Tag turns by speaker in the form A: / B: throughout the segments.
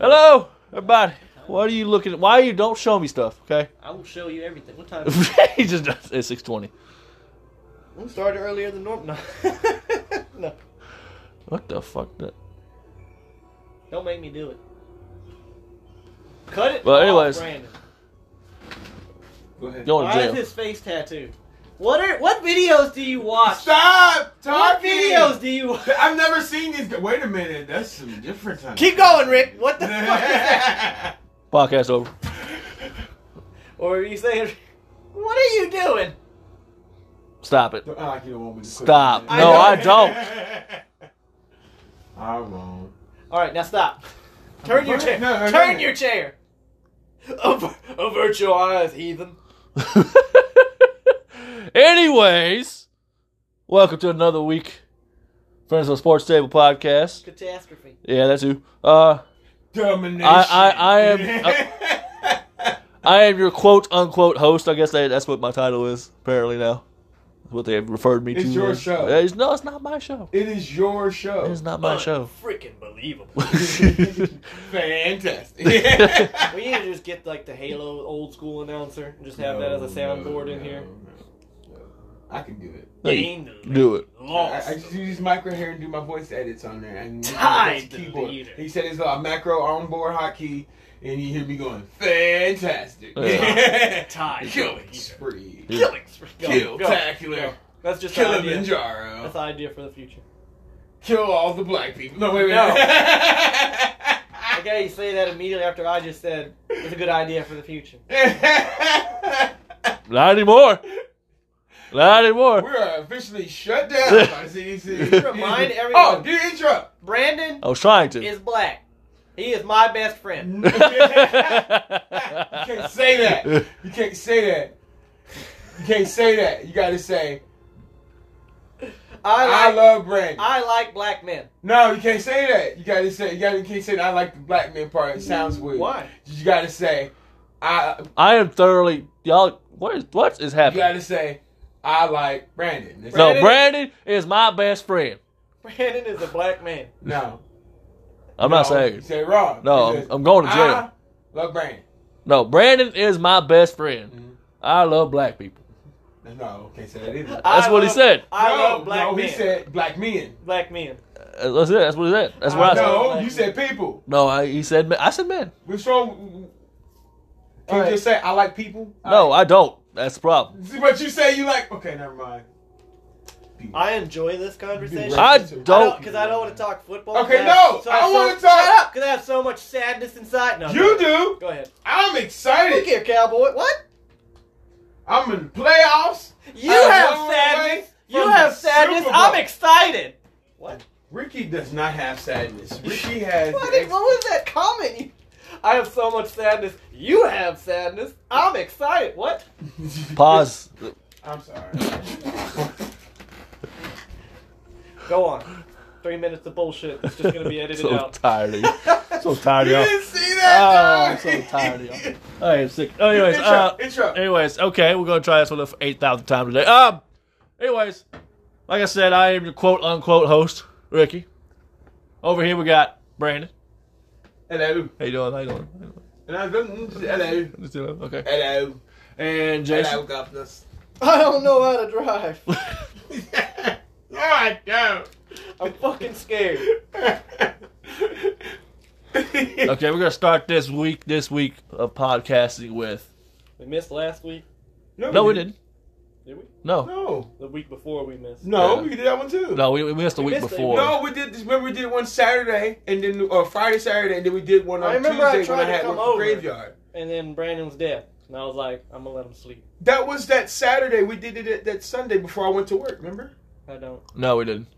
A: Hello, everybody. What are you looking at? Why are you don't show me stuff, okay?
B: I will show you everything. What time?
A: he just does it's six twenty.
B: we started earlier than normal. No. no.
A: What the fuck that
B: Don't make me do it. Cut it.
A: Well,
B: off,
A: anyways.
B: Brandon.
C: Go ahead.
A: going
B: Why
A: to
B: is
A: jail.
B: his face tattooed? What are what videos do you watch?
C: Stop
B: What
C: talking.
B: videos do you watch?
C: I've never seen these. gu- Wait a minute, that's some different time.
B: Keep going, Rick. What the fuck is that?
C: I
A: Podcast over.
B: Or are you saying, what are you doing?
A: Stop it.
C: like you don't want me to quit.
A: Stop. No, I don't.
C: I won't.
B: All right, now stop. Turn your chair.
C: No, no,
B: Turn
C: no.
B: your chair. Aver- avert your eyes, heathen.
A: Anyways, welcome to another week. Friends on Sports Table Podcast.
B: Catastrophe.
A: Yeah, that's who. Uh
C: Domination.
A: I- I am- uh, I am your quote unquote host. I guess they, that's what my title is, apparently now. That's what they have referred me to.
C: It's your
A: as.
C: show.
A: Uh, It's, no, it's not my show.
C: it is your show.
A: It's not my show.
B: Freaking believable.
C: Fantastic.
B: we need to just get like the Halo old school announcer and just have that as a soundboard in here.
C: Oh, I can do it.
B: Gain the
A: Do it.
B: Lost.
C: I, I just use micro here and do my voice edits on there. And
B: Tied
C: it's
B: to the
C: keyboard.
B: leader.
C: He said it's a macro onboard hotkey, and you hear me going, fantastic.
A: Yeah.
B: Tied to the
C: Killing
B: leader.
C: spree.
B: Killing. Go,
C: Kill.
B: go,
C: Tacular.
B: go. That's just an idea.
C: Kilimanjaro.
B: That's an idea for the future.
C: Kill all the black people. No, wait, wait.
B: No.
C: No.
B: Okay, you say that immediately after I just said it's a good idea for the future.
A: Not anymore. Not anymore.
C: We're officially shut down by CDC.
B: Remind
C: Oh,
B: everyone-
C: do the intro.
B: Brandon
A: I was trying to.
B: is black. He is my best friend.
C: you can't say that. You can't say that. You can't say that. You gotta say,
B: I like,
C: I love Brandon.
B: I like black men.
C: No, you can't say that. You gotta say, you, gotta, you can't say that. I like the black man part. It sounds weird.
B: Why?
C: You gotta say, I,
A: I am thoroughly y'all. What is what is
C: you
A: happening?
C: gotta say, I like Brandon. That's
A: No,
C: it.
A: Brandon is my best friend.
B: Brandon is a black man.
C: No.
A: I'm
C: no,
A: not saying.
C: You
A: it.
C: say it wrong.
A: No,
C: You
A: I'm,
C: just,
A: I'm going to jail.
C: I love Brandon.
A: No, Brandon is my best friend.
C: Mhm.
A: I love black people.
C: No, can't say that either.
A: That's
B: I
A: what he
B: love-
A: said.
B: I
C: no,
B: love black
C: no,
B: men.
C: he said black men.
B: black men.
A: Uh, That's it. That's what he said. That's what I,
B: I
A: said.
B: know.
C: No,
B: black
C: you
B: men.
C: said people.
A: No, I, he said. men. I said man.
C: What's wrong? Can
B: Alright.
C: you just say I like people?
A: No, I don't. That's the problem.
C: I, but you say you like. Okay, never mind. People.
B: I enjoy this conversation.
A: I don't-
B: because I don't want to talk football.
C: Okay,
B: 'cause have-
C: no,
B: have
C: I wanna
B: so,
C: talk-
B: Shut up, because I have so much sadness inside. No,
C: You do.
B: Go ahead.
C: I'm
B: Look
C: excited.
B: here, cowboy. What?
C: I'm in the playoffs.
B: You
C: I
B: have
C: won
B: sadness.
C: away
B: You
C: from
B: have
C: the
B: sadness.
C: Super Bowl.
B: I'm excited. What?
C: Ricky does not have sadness. Ricky has.
B: What, is, what was that comment? You- I have so much sadness. You have sadness. I'm excited. What?
A: Pause.
C: I'm sorry.
B: Go on. Three minutes of bullshit. It's just gonna be edited
A: so
B: out.
A: tired of you. So tired
C: you
A: of y'all.
C: didn't see
A: Oh,
C: that.
A: I'm so
C: dog.
A: tired of y'all. I am sick. Oh, anyways,
C: intro,
A: uh,
C: intro.
A: anyways, okay, we're gonna try this one for eight thousand times today. Um, anyways, like I said, I am your quote unquote host, Ricky. Over here we got Brandon.
C: Hello.
A: How you doing? How you doing? How you doing?
C: Hello.
A: Just doing- Okay.
C: Hello.
A: And
C: Hello,
A: Jason.
C: governors.
B: I don't know how to drive.
C: no, I don't.
B: I'm fucking scared.
A: Okay, we're gonna start this week. This week of podcasting with.
B: We missed last week,
A: No, we didn't.
B: did we?
A: No,
C: No,
B: The week before we missed.
C: no,
A: Yeah.
C: we did that one too.
A: no, we, we missed a week
B: missed it.
A: before.
C: No, we did. this- Remember, we did one Saturday, and then or Friday, Saturday, and then we did one on
B: I remember I
C: Tuesday
B: tried
C: when I
B: to
C: had
B: come
C: one for
B: over.
C: graveyard.
B: And then Brandon was dead, and I was like, I'm gonna let him sleep.
C: That was that Saturday. We did it that, that Sunday before I went to work. Remember?
B: I don't,
A: No, we didn't.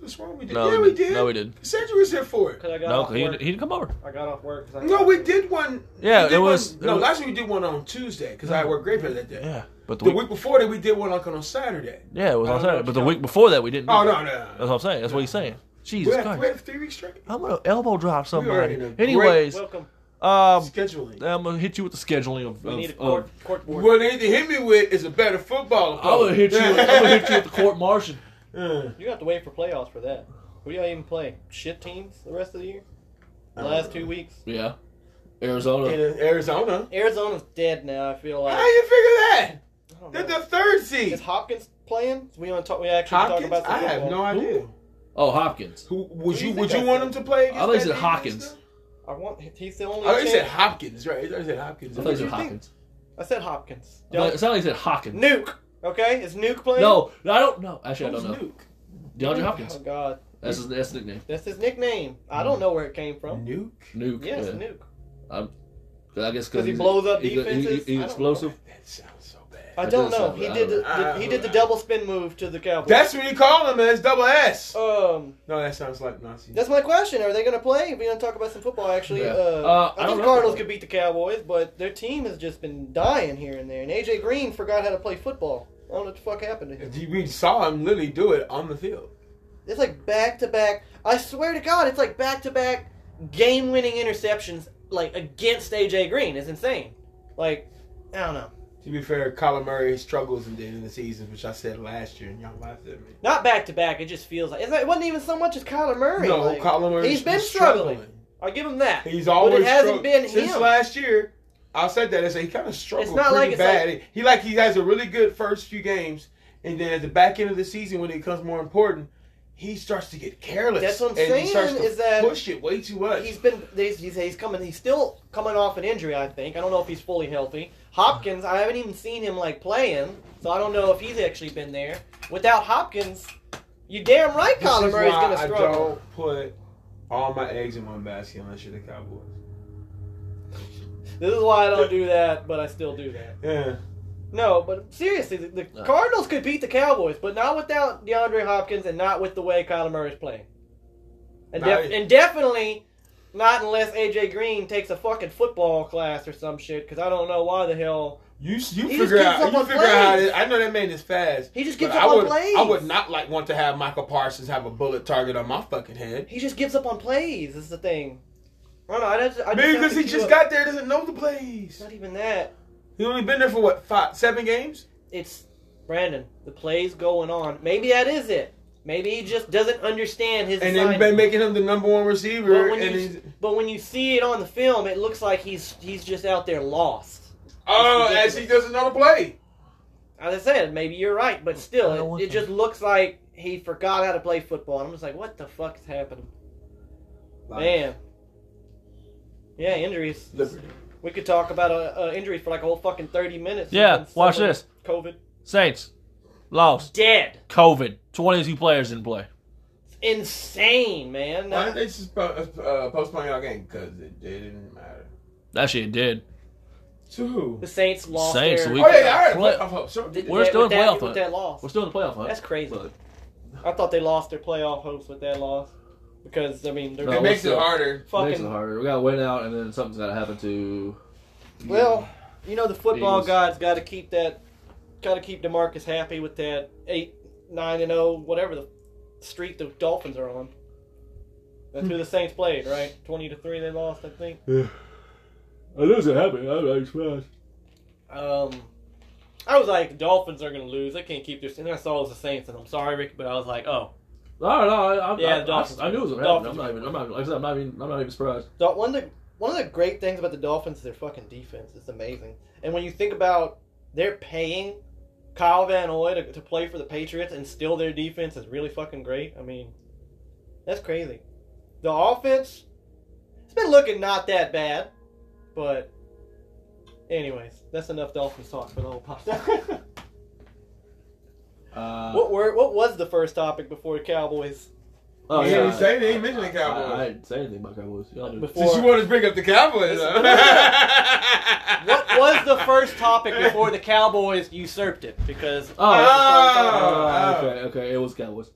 C: What's wrong? We did.
A: No,
C: yeah,
A: we
C: we
A: didn't.
C: did.
A: No, we didn't.
C: Cedric was here for it.
B: cause I got
A: No,
B: off
A: he, he
B: work.
A: didn't come over.
B: I got off work. 'cause I
C: No,
B: got-
C: we did one.
A: Yeah,
C: we did
A: it was-
C: one- no,
A: it was-
C: last week we did one on Tuesday because I had worked graveyard that day.
A: Yeah, but the,
C: The
A: week,
C: week before that, we did one like on Saturday.
A: yeah, it was
B: I
A: on
B: don't know
A: Saturday.
B: what
A: But
B: you
A: the
B: got.
A: week before that, we didn't. do that.
C: Oh no, no,
A: That's
C: no.
A: what I'm saying. That's what he's saying.
C: We
A: Jesus
C: had, we
A: Christ.
C: had three weeks straight.
A: I'm gonna elbow drop somebody.
C: in a great-
A: Anyways, um,
B: Welcome.
C: Scheduling.
A: I'm gonna hit you with the scheduling of.
B: We
A: of-
B: need a
A: of-
B: court, court board.
C: What they need to hit me with is a better football.
A: I'm gonna hit you. I'm gonna hit you with the court martial.
C: you.
B: You have to wait for playoffs for that. Who do y'all even play? Shit teams the rest of the year?
C: Uh,
B: the last two weeks.
A: Yeah.
C: In
A: Arizona.
C: Arizona.
B: Arizona's dead now. I feel like.
C: How you figure that?
B: I don't
C: They're
B: know.
C: the third
B: Is
C: seed.
B: Hopkins playing? We want to talk. We actually talk
C: Hopkins.
B: about. some
C: I have
B: football.
C: no idea.
A: Oh, Hopkins.
C: Who would
B: do you
C: you?
B: think
C: Would
B: I
C: you want
B: said?
C: him to
A: I
C: play? Against
A: thought you
C: that
A: said
C: defense,
A: Hopkins.
C: though?
B: I want. He's the only.
C: I thought Oh, you said
B: chance-
C: Hopkins, right? I thought you said Hopkins.
A: I thought you said
B: think?
A: Hopkins.
B: I said Hopkins.
A: I thought- It sounded like you said Hopkins.
B: Nuke. Okay, is Nuke playing?
A: No, no, I don't know. Actually, I
C: Who's
A: don't know.
C: Nuke?
A: DeAndre Hopkins.
B: Oh God,
A: That's his, that's his nickname.
B: that's his nickname. I don't know where it came from.
C: Nuke.
A: Nuke.
B: Yes,
A: yeah.
B: Nuke.
A: 'Cause I guess
B: 'Cause
A: because
B: he blows up
A: he, he,
B: defenses?
A: he
B: I don't
A: explosive.
C: That sounds so
B: I
C: bad.
A: That
B: don't
A: does
B: know.
A: sound
B: He
A: right.
B: did the,
C: I don't
B: the- he
C: know.
B: did the double spin move to the Cowboys.
C: That's what you call him, man. It's double S.
B: um.
C: No, that sounds like Nazi.
B: That's my question. Are they going to play? We're going to talk about some football. Actually,
A: Yeah.
B: uh,
A: Uh,
B: I,
A: I don't
B: think
A: know.
B: Cardinals could beat the Cowboys, but their team has just been dying here and there. And AJ Green forgot how to play football. I don't know what the fuck happened to him.
C: We saw him literally do it on the field.
B: It's like back to back. I swear to God, it's like back to back game winning interceptions like against AJ Green. It's insane. Like I don't know.
C: To be fair, Kyler Murray struggles in the end of the season, which I said last year, and y'all laughed at me.
B: Not back to back. It just feels like it's not, it wasn't even so much as Kyler Murray.
C: no,
B: like,
C: Kyler Murray.
B: he's been struggling. I give him that.
C: He's always
B: hasn't
C: struggled.
B: been
C: since
B: him.
C: last year. I said that. I said he kind of struggled
B: not like it's
C: pretty bad. he like he has a really good first few games, and then at the back end of the season, when it becomes more important, he starts to get careless.
B: That's what I'm
C: and
B: saying,
C: He starts to
B: is that
C: push it way too much.
B: He's been he's, he's, he's coming. He's still coming off an injury. I think. I don't know if he's fully healthy. Hopkins. I haven't even seen him like playing, so I don't know if he's actually been there. Without Hopkins, you damn right
C: This
B: Kyler
C: is
B: Murray's
C: why
B: going to
C: I
B: struggle.
C: don't put all my eggs in one basket unless you're the Cowboys.
B: This is why I don't do that, but I still do that.
C: Yeah.
B: No, but seriously, the, the
A: No.
B: Cardinals could beat the Cowboys, but not without DeAndre Hopkins and not with the way Kyler Murray's playing. And, def-
C: Nice.
B: and definitely not unless AJ Green takes a fucking football class or some shit, because I don't know why the hell
C: You you
B: He just
C: figure
B: gives
C: out
B: up
C: you
B: on
C: figure out how
B: plays.
C: to, I know that man is fast.
B: he just
C: But
B: gives up
C: I
B: on
C: would,
B: plays.
C: I would not like want to have Michael Parsons have a bullet target on my fucking head.
B: He just gives up on plays. Is the thing. I don't know. I just, I just
C: Maybe
B: have
C: because
B: to
C: he
B: keep
C: just
B: up-
C: got there, doesn't know the plays.
B: Not even that.
C: He only been there for what five, seven games.
B: It's Brandon. The plays going on. Maybe that is it. Maybe he just doesn't understand his.
C: and then
B: assignment.
C: been making him the number one receiver.
B: But when,
C: and he's,
B: you, but when you see it on the film, it looks like he's he's just out there lost.
C: oh,
B: ridiculous.
C: as he doesn't know the play.
B: As I said, maybe you're right, but
A: I don't
B: still,
A: want
B: it, it just looks like he forgot how to play football. And I'm just like, what the fuck is happening, man? Yeah, injuries.
C: Liberty.
B: We could talk about uh, uh, injuries for like a whole fucking thirty minutes.
A: Yeah,
B: Something-
A: watch
B: something-
A: this.
B: COVID
A: Saints lost.
B: dead.
A: COVID. Twenty-two players didn't play.
B: Insane, man.
C: Why did they susp- uh, postpone y'all game? Because it didn't matter.
A: That shit did.
C: To who?
B: the Saints lost.
A: Saints,
B: their,
A: we-
C: Oh yeah, I heard.
A: Play-
C: Playoff hope. Sure.
B: Th-
A: We're still in
B: with that,
A: playoff
B: with
A: hunt.
B: that loss.
A: We're still in the playoff hunt.
B: That's crazy.
A: But-
B: I thought they lost their playoff hopes with that loss because I mean they're
A: No,
C: It
B: gonna
C: makes it
A: what's up?
C: harder.
A: Makes it
B: fucking
A: harder. We gotta win out, and then something's gotta happen to.
B: Well, you know the football
A: Eagles.
B: gods got to keep that, got to keep Demarcus happy with that eight, nine and zero, whatever the streak the Dolphins are on. That's
A: Hmm.
B: who the Saints played, right? Twenty to three, they lost, I think.
A: I lose it happened. I'm like surprised.
B: Um, I was like, the Dolphins are gonna lose. They can't keep their. And I saw it was the Saints, and I'm sorry, Rick, but I was like, oh,
A: No, no, I, I,
B: Yeah,
A: I,
B: the Dolphins
A: I, knew it was gonna happen.
B: Dolphins
A: I'm not even. I'm not. Like I said, I'm not even. I'm not even surprised.
B: The- one of the one of the great things about the Dolphins is their fucking defense. It's amazing. And when you think about they're paying Kyle Van Oy to, to play for the Patriots and still their defense is really fucking great. I mean, that's crazy. The offense, it's been looking not that bad, but anyways, that's enough Dolphins talk for the whole podcast.
A: Uh,
B: what were what was the first topic before the Cowboys?
A: oh,
C: He
A: yeah,
C: didn't say- he didn't mention the
A: I-
C: Cowboys.
A: I, I didn't say anything about Cowboys. Y'all do.
B: Before
C: Since you wanted to bring up the Cowboys,
B: Listen,
C: huh?
B: no, no, no. what was the first topic before the Cowboys usurped it? Because Uh,
A: Oh.
C: Ah.
A: Oh, okay, okay. It was Cowboys.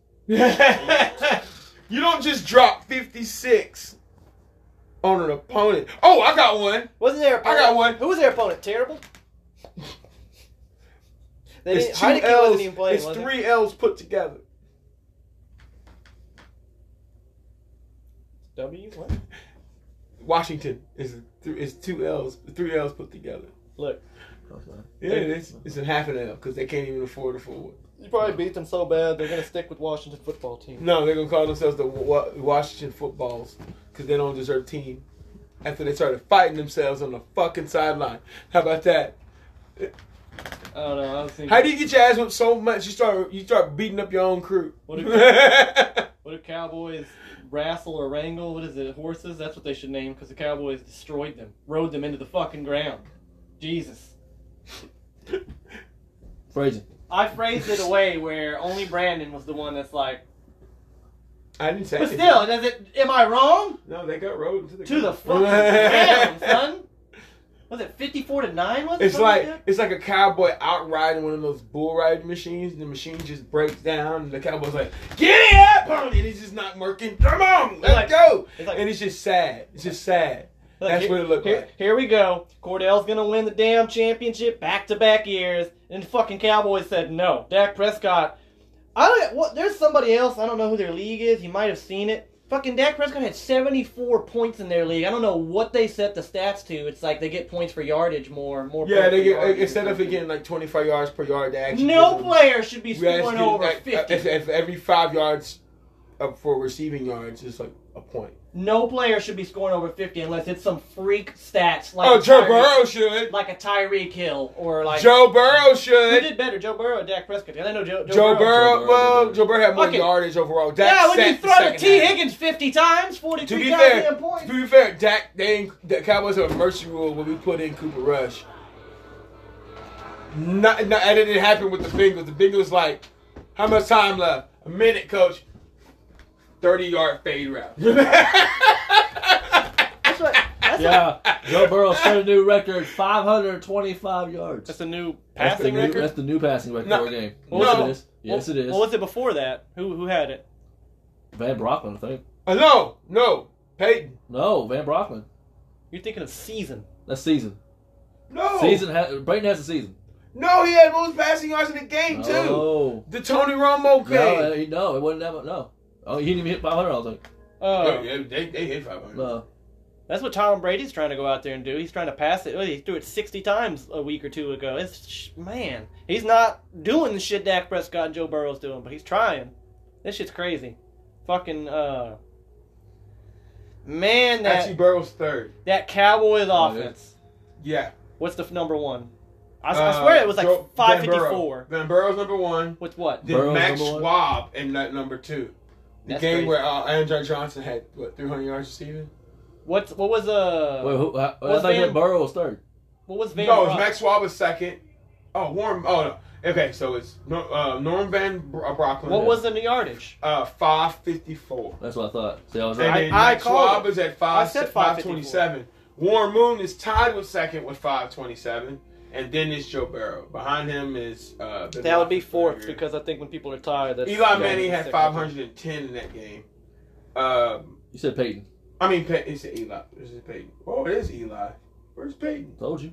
C: you don't just drop 56 on an opponent. Oh, I got one.
B: Wasn't their opponent?
C: got one.
B: Who was their opponent? Terrible. They
C: It's
B: didn't,
C: two
B: Heineke
C: L's.
B: wasn't even playing.
C: it's
B: was he?
C: three L's put together.
B: W. What?
C: Washington is is two L's, three L's put together.
B: Look,
C: Yeah, it is. It's in half an L because they can't even afford a full.
B: you probably beat them so bad they're gonna stick with Washington football team.
C: No, they're gonna call themselves the Wa- Washington Footballs because they don't deserve team. After they started fighting themselves on the fucking sideline, how about that?
B: I don't know. I was thinking,
C: How do you get your ass whipped so much you start you start beating up your own crew?
B: What if- what if Cowboys wrestle or wrangle? What is it? Horses? That's what they should name because the Cowboys destroyed them, rode them into the fucking ground. Jesus.
A: Phrasing.
B: I phrased it away where only Brandon was the one that's like,
C: I didn't say.
B: but
C: anything.
B: still, does it? Am I wrong?
C: no, they got rolled into the
B: To the fucking ground, son. Was it fifty-four to nine? Was it
C: It's
B: something
C: like
B: that?
C: it's like a cowboy out riding one of those bull riding machines, and the machine just breaks down, and the cowboy's like, "Get it up!" and it's just not working. Come on, let's
B: like-
C: go!
B: it's like-
C: and it's just sad. It's just sad.
B: Look,
C: That's
B: here-
C: what it looked
B: here,
C: like.
B: Here we go. Cordell's gonna win the damn championship back to back years, and the fucking Cowboys said no. Dak Prescott. I don't. What? There's somebody else. I don't know who their league is. You might have seen it. Fucking Dak Prescott had 74 points in their league. I don't know what they set the stats to. It's like they get points for yardage more. More.
C: Yeah,
B: points
C: they
B: for
C: get
B: yardage.
C: instead of it getting like twenty five yards per yard, they actually
B: No
C: give them-
B: player should be
C: we actually
B: scoring
C: give them,
B: over
C: like, uh,
B: 50.
C: If, if every five yards up for receiving yards is like a point.
B: no player should be scoring over 50 unless it's some freak stats like
C: oh,
B: a
C: Joe
B: Tyreek-
C: Burrow should.
B: like a Tyreek Hill or like
C: Joe Burrow
B: Who
C: should.
B: did better, Joe Burrow or Dak Prescott? Because I know Joe, Joe,
C: Joe
A: Burrow.
C: Burrow, well, Joe Burrow had more
B: Okay.
C: yardage overall. Dak
B: Yeah, when
C: sat
B: you
C: the
B: throw to
C: second
B: T.
C: half.
B: Higgins 50 times, 42
C: To be
B: goddamn
C: fair, to
B: points.
C: be fair, Dak, they ain't, the Cowboys have a mercy rule when we put in Cooper Rush. Not, not, and it didn't happen with the Bengals. The Bengals like, how much time left? A minute, coach. Thirty yard fade route. Uh,
B: That's what. That's,
A: Yeah, Joe Burrow set a new record, 525 yards.
B: that's a new
A: That's the
B: passing
A: new-
B: record.
A: That's the new passing record
C: No.
A: for a game.
C: No.
A: Yes, it is. Yes, it is.
B: What was it before that? Who who had it?
A: Van Brockman, I think.
C: Uh, no, no, Peyton,
A: No, Van Brockman.
B: You're thinking of season.
A: That's season.
B: Oh.
C: no,
A: Season has Brayton has a season.
C: no. He had most passing yards in the game too.
A: Oh.
C: The Tony Romo game.
A: No, uh, he- no, it wasn't that much. No. Oh, he didn't even hit 500, I don't think.
B: Oh,
C: yeah, they, they hit five hundred.
A: No.
B: that's what Tom Brady's trying to go out there and do. He's trying to pass it. Well, He threw it 60 times a week or two ago. It's sh- man, he's not doing the shit Dak Prescott and Joe Burrow's doing, but he's trying. This shit's crazy. Fucking uh, man, that
C: Actually, Burrow's third.
B: That Cowboys
A: Oh, yeah.
B: offense.
C: Yeah.
B: What's the f- number one? I, s- I
C: Uh,
B: swear it was like
C: Joe-
B: five
C: Van
B: fifty
C: Burrow.
B: four.
C: Van Burrow's number one.
B: With what?
C: Then
A: Burrow's
C: Max
A: number one.
C: Schwab and that number two. The
B: That's
C: game
B: crazy.
C: where uh, Andre Johnson had what 300 yards receiving.
B: What's what was uh
A: Wait, who, I, I think
B: was Van-
A: Van Burrow was third.
B: what was Van
C: no, it
B: Rock?
C: was Max Schwab was second. Oh, Warren. Oh no. Okay, so it's Nor- uh, Norm Van Bro- uh, Brocklin.
B: What was the yardage?
C: uh, 554?
A: That's what I thought. See, I was
C: And
A: right.
B: I-
C: then
B: I
C: Max
B: called
C: Schwab
B: it.
C: is at
B: I
C: five,
B: said
C: 527. Warren Moon is tied with second with 527. And then it's Joe Burrow. Behind him is. Uh, Ben
B: That would be
C: Roethlisberger.
B: fourth because I think when people are tired, that's
C: Eli
B: yeah,
C: Manning had
B: second.
C: 510 in that game. Um,
A: You said Peyton.
C: I mean, Pey- it's Eli. This is Peyton. Oh, it is Eli. Where's Peyton?
A: Told you.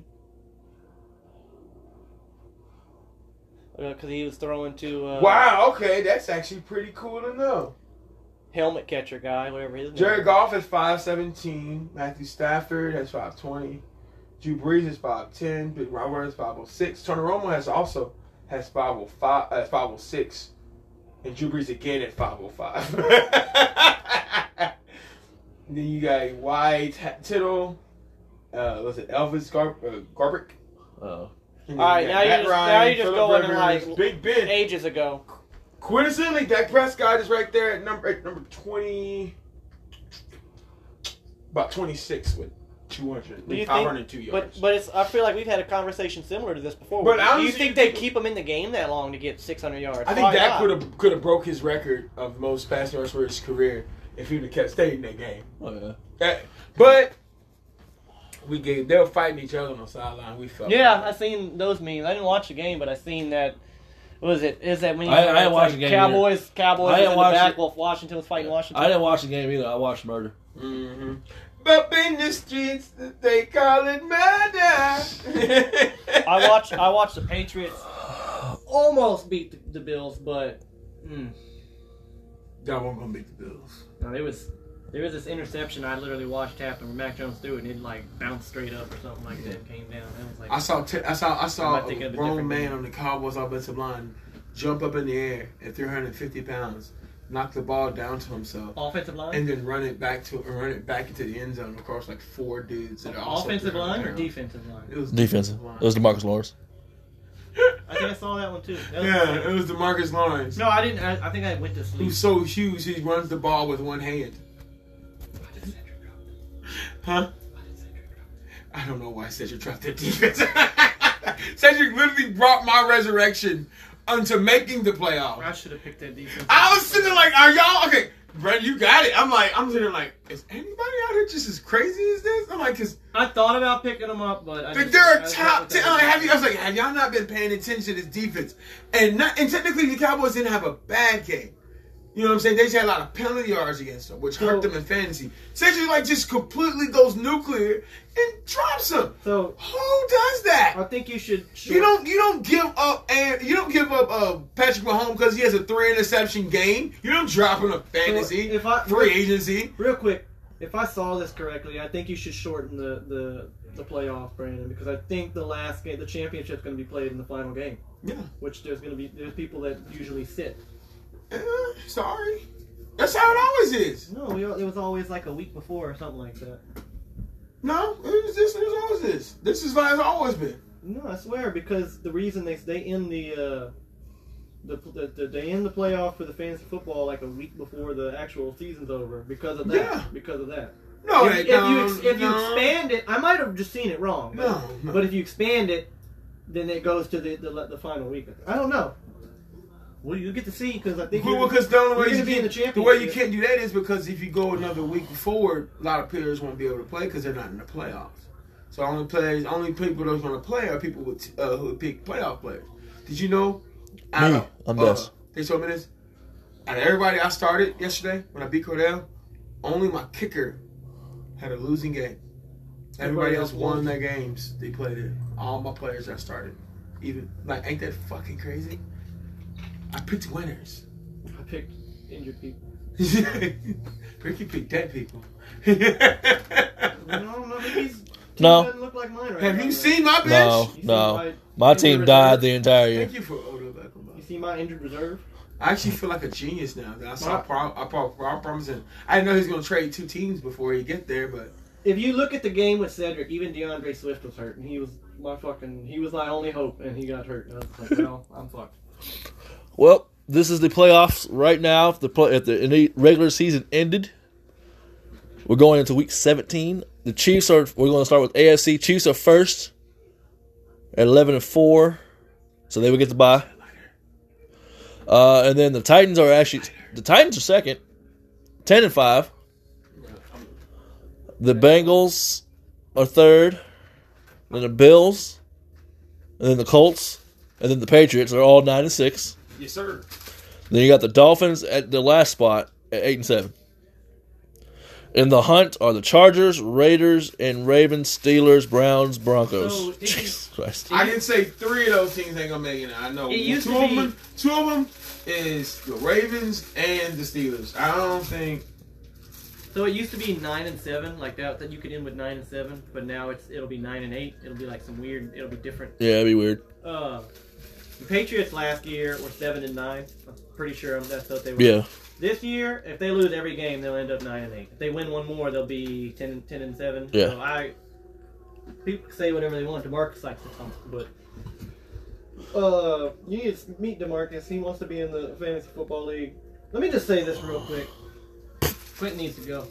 B: because Uh, he was throwing to uh,
C: Wow. Okay, that's actually pretty cool to know.
B: helmet catcher guy, whatever his name.
C: Jared Goff is five seventeen. Matthew Stafford has five twenty. Drew Brees is five ten. Big Robert is five oh six. Tony Romo has also has five oh five. Uh, five oh six. And Drew Brees again at five oh five. Then you got White Tittle. Uh, was it Elvis Gar- uh, Garbrick?
A: Oh.
C: And then
B: All right,
C: you got
B: now you're
C: Matt
B: just- now you're just
C: Phillip
B: going in
C: Rivers,
B: like-
C: Big Ben.
B: ages ago.
C: Coincidentally, Dak Prescott is right there at number at number twenty, about twenty six with two hundred,
B: Do you think-
C: five hundred two yards.
B: But but it's I feel like we've had a conversation similar to this before.
C: But
B: Do
C: honestly,
B: you think they keep him in the game that long to get six hundred yards?
C: I think
B: Probably
C: Dak
B: not.
C: could have could have broke his record of most passing yards for his career if he'd have kept staying in that game.
A: Oh, yeah.
C: That- But we gave they were fighting each other on the sideline. We felt
B: Yeah, I seen those memes. I didn't watch the game, but I seen that. What was it? Is that when
A: I- I didn't
B: it's
A: watch the game either.
B: Cowboys, Cowboys
A: I
B: was
A: didn't
B: in the
A: watch
B: back
A: it.
B: while Washington was fighting Washington.
A: I didn't watch the game either. I watched Murder.
C: hmm Up in the streets, they call it murder.
B: I watched. I watched the Patriots almost beat the, the Bills, but mm,
C: Y'all weren't gonna beat the Bills.
B: no, it was There was this interception I literally watched happen where Mac Jones threw it and it like bounced straight up or something like that and came down. That was like
C: I saw t- I saw I
B: I
C: saw
B: might think
C: a
B: of a
C: grown
B: different
C: man
B: game.
C: on the Cowboys offensive line jump up in the air at 350 pounds, knock the ball down to himself,
B: offensive line.
C: and then run it back to run it back into the end zone across like four dudes that are also
B: offensive
C: 300
B: line or
C: pounds.
B: defensive line?
C: It was
A: Defensive.
C: line.
A: It was Demarcus Lawrence.
B: I think I saw that one too. That was-
C: yeah, it was Demarcus Lawrence.
B: No, I didn't. I, I think I went to sleep.
C: Who's so huge he runs the ball with one hand. Huh? I don't know why Cedric dropped that defense. Cedric literally brought my resurrection unto making the playoffs.
B: I should have picked that defense.
C: I was sitting there like, are y'all okay? Brett, you got it. I'm like, I'm sitting there like, is anybody out here just as crazy as this? I'm like, cause
B: I thought about picking them up, but I
C: like,
B: just-
C: they're
B: I
C: a
B: just
C: top
B: looked
C: ten.
B: at
C: I'm like,
B: it.
C: have you? I was like, have y'all not been paying attention to this defense? And not, and technically, the Cowboys didn't have a bad game. You know what I'm saying? They just had a lot of penalty yards against them, which hurt
B: So-
C: them in fantasy. Essentially, like just completely goes nuclear and drops them.
B: So
C: Who does that?
B: I think you should.
C: You don't you don't give up and you don't give up uh, Patrick Mahomes because he has a three interception game. You don't drop him a fantasy
B: if I-
C: free agency.
B: Real quick, if I saw this correctly, I think you should shorten the the, the playoff, Brandon, because I think the last game, the championship's going to be played in the final game,
C: Yeah,
B: which there's going to be there's people that usually sit.
C: Eh, sorry, that's how it always is.
B: No, we, all- it was always like a week before or something like that.
C: No, it was this. It was always this. This is what it's always been.
B: No, I swear, because the reason they they end the uh, the, the, the they end the playoff for the fantasy football like a week before the actual season's over because of that.
C: Yeah.
B: Because of that.
C: No, um,
B: if,
C: it-
B: if you
C: no,
B: ex- if you
C: no.
B: expand it, I might have just seen it wrong. but-
C: no, no.
B: But if you expand it, then it goes to the the, the final week. I don't know. Well, you get to see because I think
C: Well,
B: you're-
C: because the only
B: you're
C: way
B: gonna
C: you
B: be in
C: can,
B: the
C: the way you
B: championship.
C: can't do that is because if you go another week forward, a lot of players won't be able to play because they're not in the playoffs. So only players, only people that's going to play are people with uh, who pick playoff players. Did you know? out
A: Me.
C: of,
A: I'm
C: uh,
A: best.
C: They told me this. Out of everybody I started yesterday when I beat Cordell, only my kicker had a losing game. Everybody
B: Everybody
C: else
B: else
C: won
B: won.
C: their games. They played it. All my players I started. Even like, ain't that fucking crazy? I picked winners.
B: I picked injured people.
C: Ricky picked dead people.
B: I don't know. He's,
A: No.
B: He doesn't look like mine right now,
C: Have you
B: man.
C: seen my bitch?
A: No,
B: You see
A: no.
B: my-
A: My team died the entire year.
C: Thank you for Odo Beckham. bro.
B: You see my injured reserve?
C: I actually feel like a genius now. That I saw
B: My-
C: Paul, I saw Paul promising. I didn't know he's gonna trade two teams before he get there, but
B: If you look at the game with Cedric, even DeAndre Swift was hurt, and he was my fucking. He was my only hope, and he got hurt. And I was like, well, I'm fucked.
A: Well, this is the playoffs right now. If the play, if the in the regular season ended, we're going into week 17. The Chiefs are. We're going to start with AFC. Chiefs are first at 11 and four, so they would get the bye. Uh, and then the Titans are actually the Titans are second, 10 and five. The Bengals are third. Then the Bills, and then the Colts, and then the Patriots are all nine and six.
C: yes, sir.
A: Then you got the Dolphins at the last spot at eight and seven. In the hunt are the Chargers, Raiders, and Ravens, Steelers, Browns, Broncos.
B: So, it is-
A: Jesus Christ.
C: I can say three of those teams ain't gonna make it. I know
B: It
C: two
B: used to
C: of
B: be-
C: them. Two of them is the Ravens and the Steelers. I don't think
B: So it used to be nine and seven, like that. That you could end with nine and seven, but now it's it'll be nine and eight. It'll be like some weird. It'll be different.
A: Yeah, that'd be weird.
B: Uh, the Patriots last year were seven and nine. I'm pretty sure that's what they were.
A: Yeah.
B: This year, if they lose every game, they'll end up nine and eight. If they win one more, they'll be 10 and ten and seven.
A: Yeah.
B: So I people can say whatever they want. Demarcus likes to talk, but. Uh, you need to meet Demarcus. He wants to be in the fantasy football league. Let me just say this real quick. Quentin needs to go.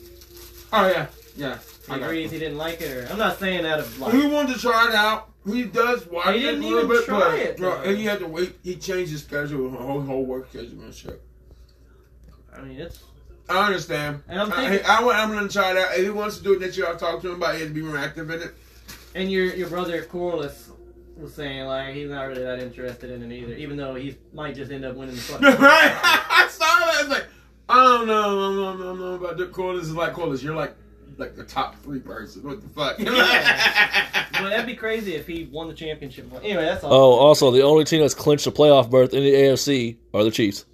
C: Oh yeah, yeah.
B: He
C: I got
B: agrees he didn't like it, or I'm not saying out of
C: He
B: like.
C: wanted to try it out. He does watch
B: He
C: it a
B: didn't
C: little
B: even
C: bit,
B: try
C: but
B: it,
C: bro,
B: though.
C: and he had to wait. He changed his schedule, his whole, whole work schedule and shit.
B: I mean, it's
C: I understand.
B: And I'm
C: I-
B: thinking-
C: I, am gonna try it out. If he wants to do it next year, I'll talk to him about it and be more active in it.
B: And your your brother Corliss was saying like he's not really that interested in it either, even though he might just end up winning the fucking.
C: right? I saw that. It's like I don't know. I don't know, I don't know about the Corliss. Is like Corliss. You're like like the top three person. What the fuck?
B: well, that'd be crazy if he won the championship. Anyway, that's all.
A: Oh, also the only team that's clinched a playoff berth in the AFC are the Chiefs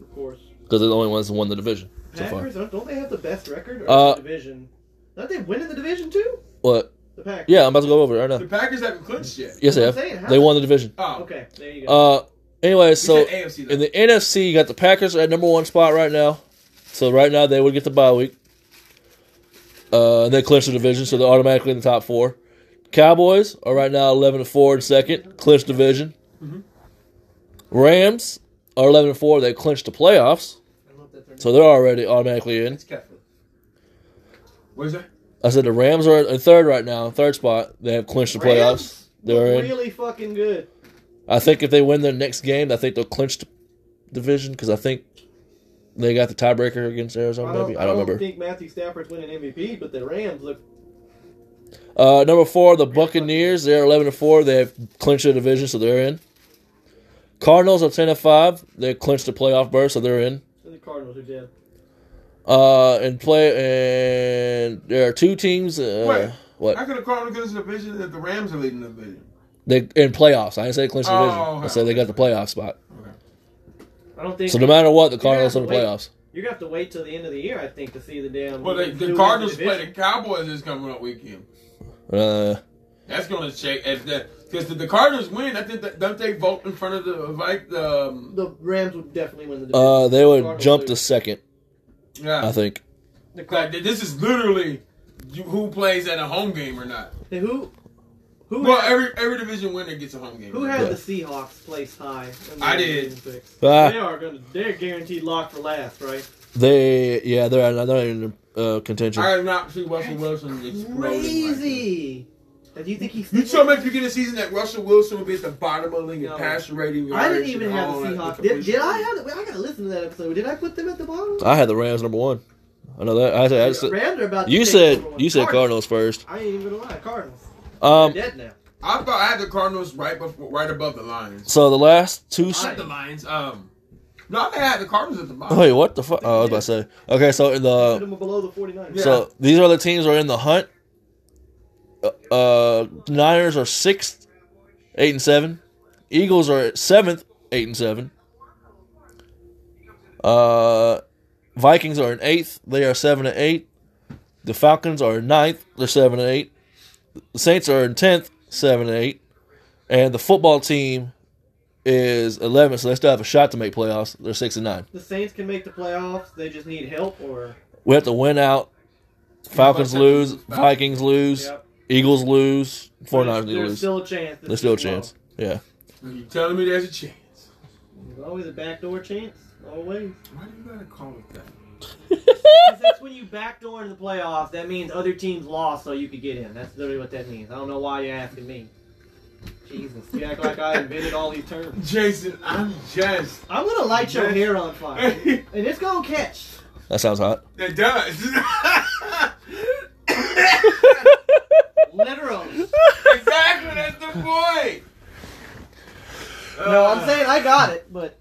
B: Of course.
A: because they're the only ones that won the division. so far.
B: Packers don't, don't they have the best record or
A: Uh,
B: the division? Don't they win in the division too?
A: What?
B: The Packers.
A: Yeah, I'm about to go over it right
C: The
A: now.
C: Packers haven't clinched yet.
A: Yes, they
B: I'm
A: have.
B: saying, how-
A: They won the division.
C: Oh, okay.
B: Okay, there you go.
A: Uh, anyway,
C: So
A: so
C: AFC
A: in
C: though.
A: the NFC, you got the Packers at number one spot right now. So right now they would get the bye week. Uh, and they clinch the division, so they're automatically in the top four. Cowboys are right now eleven and four in second, clinch division. Rams are eleven and four. They clinched the playoffs,
B: I love that they're
A: so they're already automatically in.
C: It's Kefla. Where's that?
A: I said the Rams are in third right now, third spot. They have clinched the playoffs.
B: Rams
A: They're
B: look
A: in.
B: really fucking good.
A: I think if they win their next game, I think they'll clinch the division because I think they got the tiebreaker against Arizona. maybe I don't, remember.
B: think Matthew Stafford's winning MVP, but the Rams look.
A: Uh, number four, the Buccaneers. They're eleven and four. They have clinched the division, so they're in. Cardinals are ten and five. They clinched the playoff berth, so they're in.
B: The Cardinals are dead.
A: Uh, and play and there are two teams. Uh,
C: Wait.
A: what
C: How could the Cardinals lose the division if the Rams are leading the division?
A: they in playoffs? I didn't say clinched the
C: Oh,
A: division. I
C: okay.
A: said they got the playoff spot.
B: I don't think
A: So no matter what, the
B: Yeah,
A: Cardinals are in the
B: wait.
A: playoffs.
B: you're gonna have to wait till the end of the year, I think, to see the damn.
C: Well,
B: who
C: they,
B: wins
C: the Cardinals play
B: division.
C: the Cowboys this coming up weekend.
A: Uh,
C: That's going to shake. Because if the Cardinals win, I think that, don't they vote in front of the like the um,
B: The Rams would definitely win the division.
A: uh, they would
B: Cardinals
A: jump
B: lose.
A: to second,
C: yeah.
A: I think.
B: the Card-
C: Like, this is literally you, who plays at a home game or not.
B: Hey, who? Who?
C: Well,
B: had,
C: every every division winner gets a home game.
B: who had
A: Yeah.
B: the Seahawks placed high? in the
C: I did.
B: division six?
A: Ah.
B: They are gonna. They're guaranteed locked for last, right?
A: They yeah, they're not- they're not in uh, contention.
C: I did not see Russell Wilson exploding. Crazy.
B: Crazy. Do you think he's?
C: You so much beginning of the season that Russell Wilson would be at the bottom of the league in
B: No.
C: passer rating.
B: I didn't
C: yards,
B: even
C: and
B: have
C: all
B: the
C: that, the
B: Seahawks. Did,
C: completion
B: did I
C: rate.
B: have? I gotta listen to that episode. Did I put them at the bottom?
A: I had the Rams number one. I know that. I said, I said-
B: Rams are about. to
A: you
B: take
A: said
B: over with
A: you said Cardinals first.
B: I ain't even gonna lie, Cardinals.
A: Um,
B: They're dead now.
C: I thought I had the Cardinals right before, right above the Lions.
A: so the last two. s-
C: Not the Lions. Um, no, I think I had the Cardinals at the bottom.
A: Wait, what the fuck? Oh, I was about to say. Okay, so in
B: Put
A: the
B: them below the 49ers.
A: so these other teams are in the hunt. Uh, Uh, Niners are sixth, eight and seven. Eagles are at seventh, eight and seven. Uh, Vikings are in eighth. They are seven and eight. The Falcons are in ninth. They're seven and eight. The Saints are in tenth, seven and eight. And the football team is eleventh, so they still have a shot to make playoffs. They're six and nine.
B: The Saints can make the playoffs. They just need help or.
A: We have to win out. Falcons lose, Vikings lose,
B: Yep.
A: Eagles lose, 49ers need to
B: There's
A: lose.
B: still a chance. that
A: There's still a
B: they can
A: chance. Yeah.
C: You telling me there's a chance?
B: win. There's always a backdoor chance. Always.
C: Why do you gotta call it that?
B: 'Cause that's when you backdoor in the playoffs. That means other teams lost so you could get in. That's literally what that means. I don't know why you're asking me. Jesus, you act like I invented all these terms.
C: Jason, I'm just.
B: I'm gonna light your hair on fire, and it's gonna catch.
A: That sounds hot.
C: It does.
B: Literally.
C: exactly, that's the point.
B: No, I'm saying I got it, but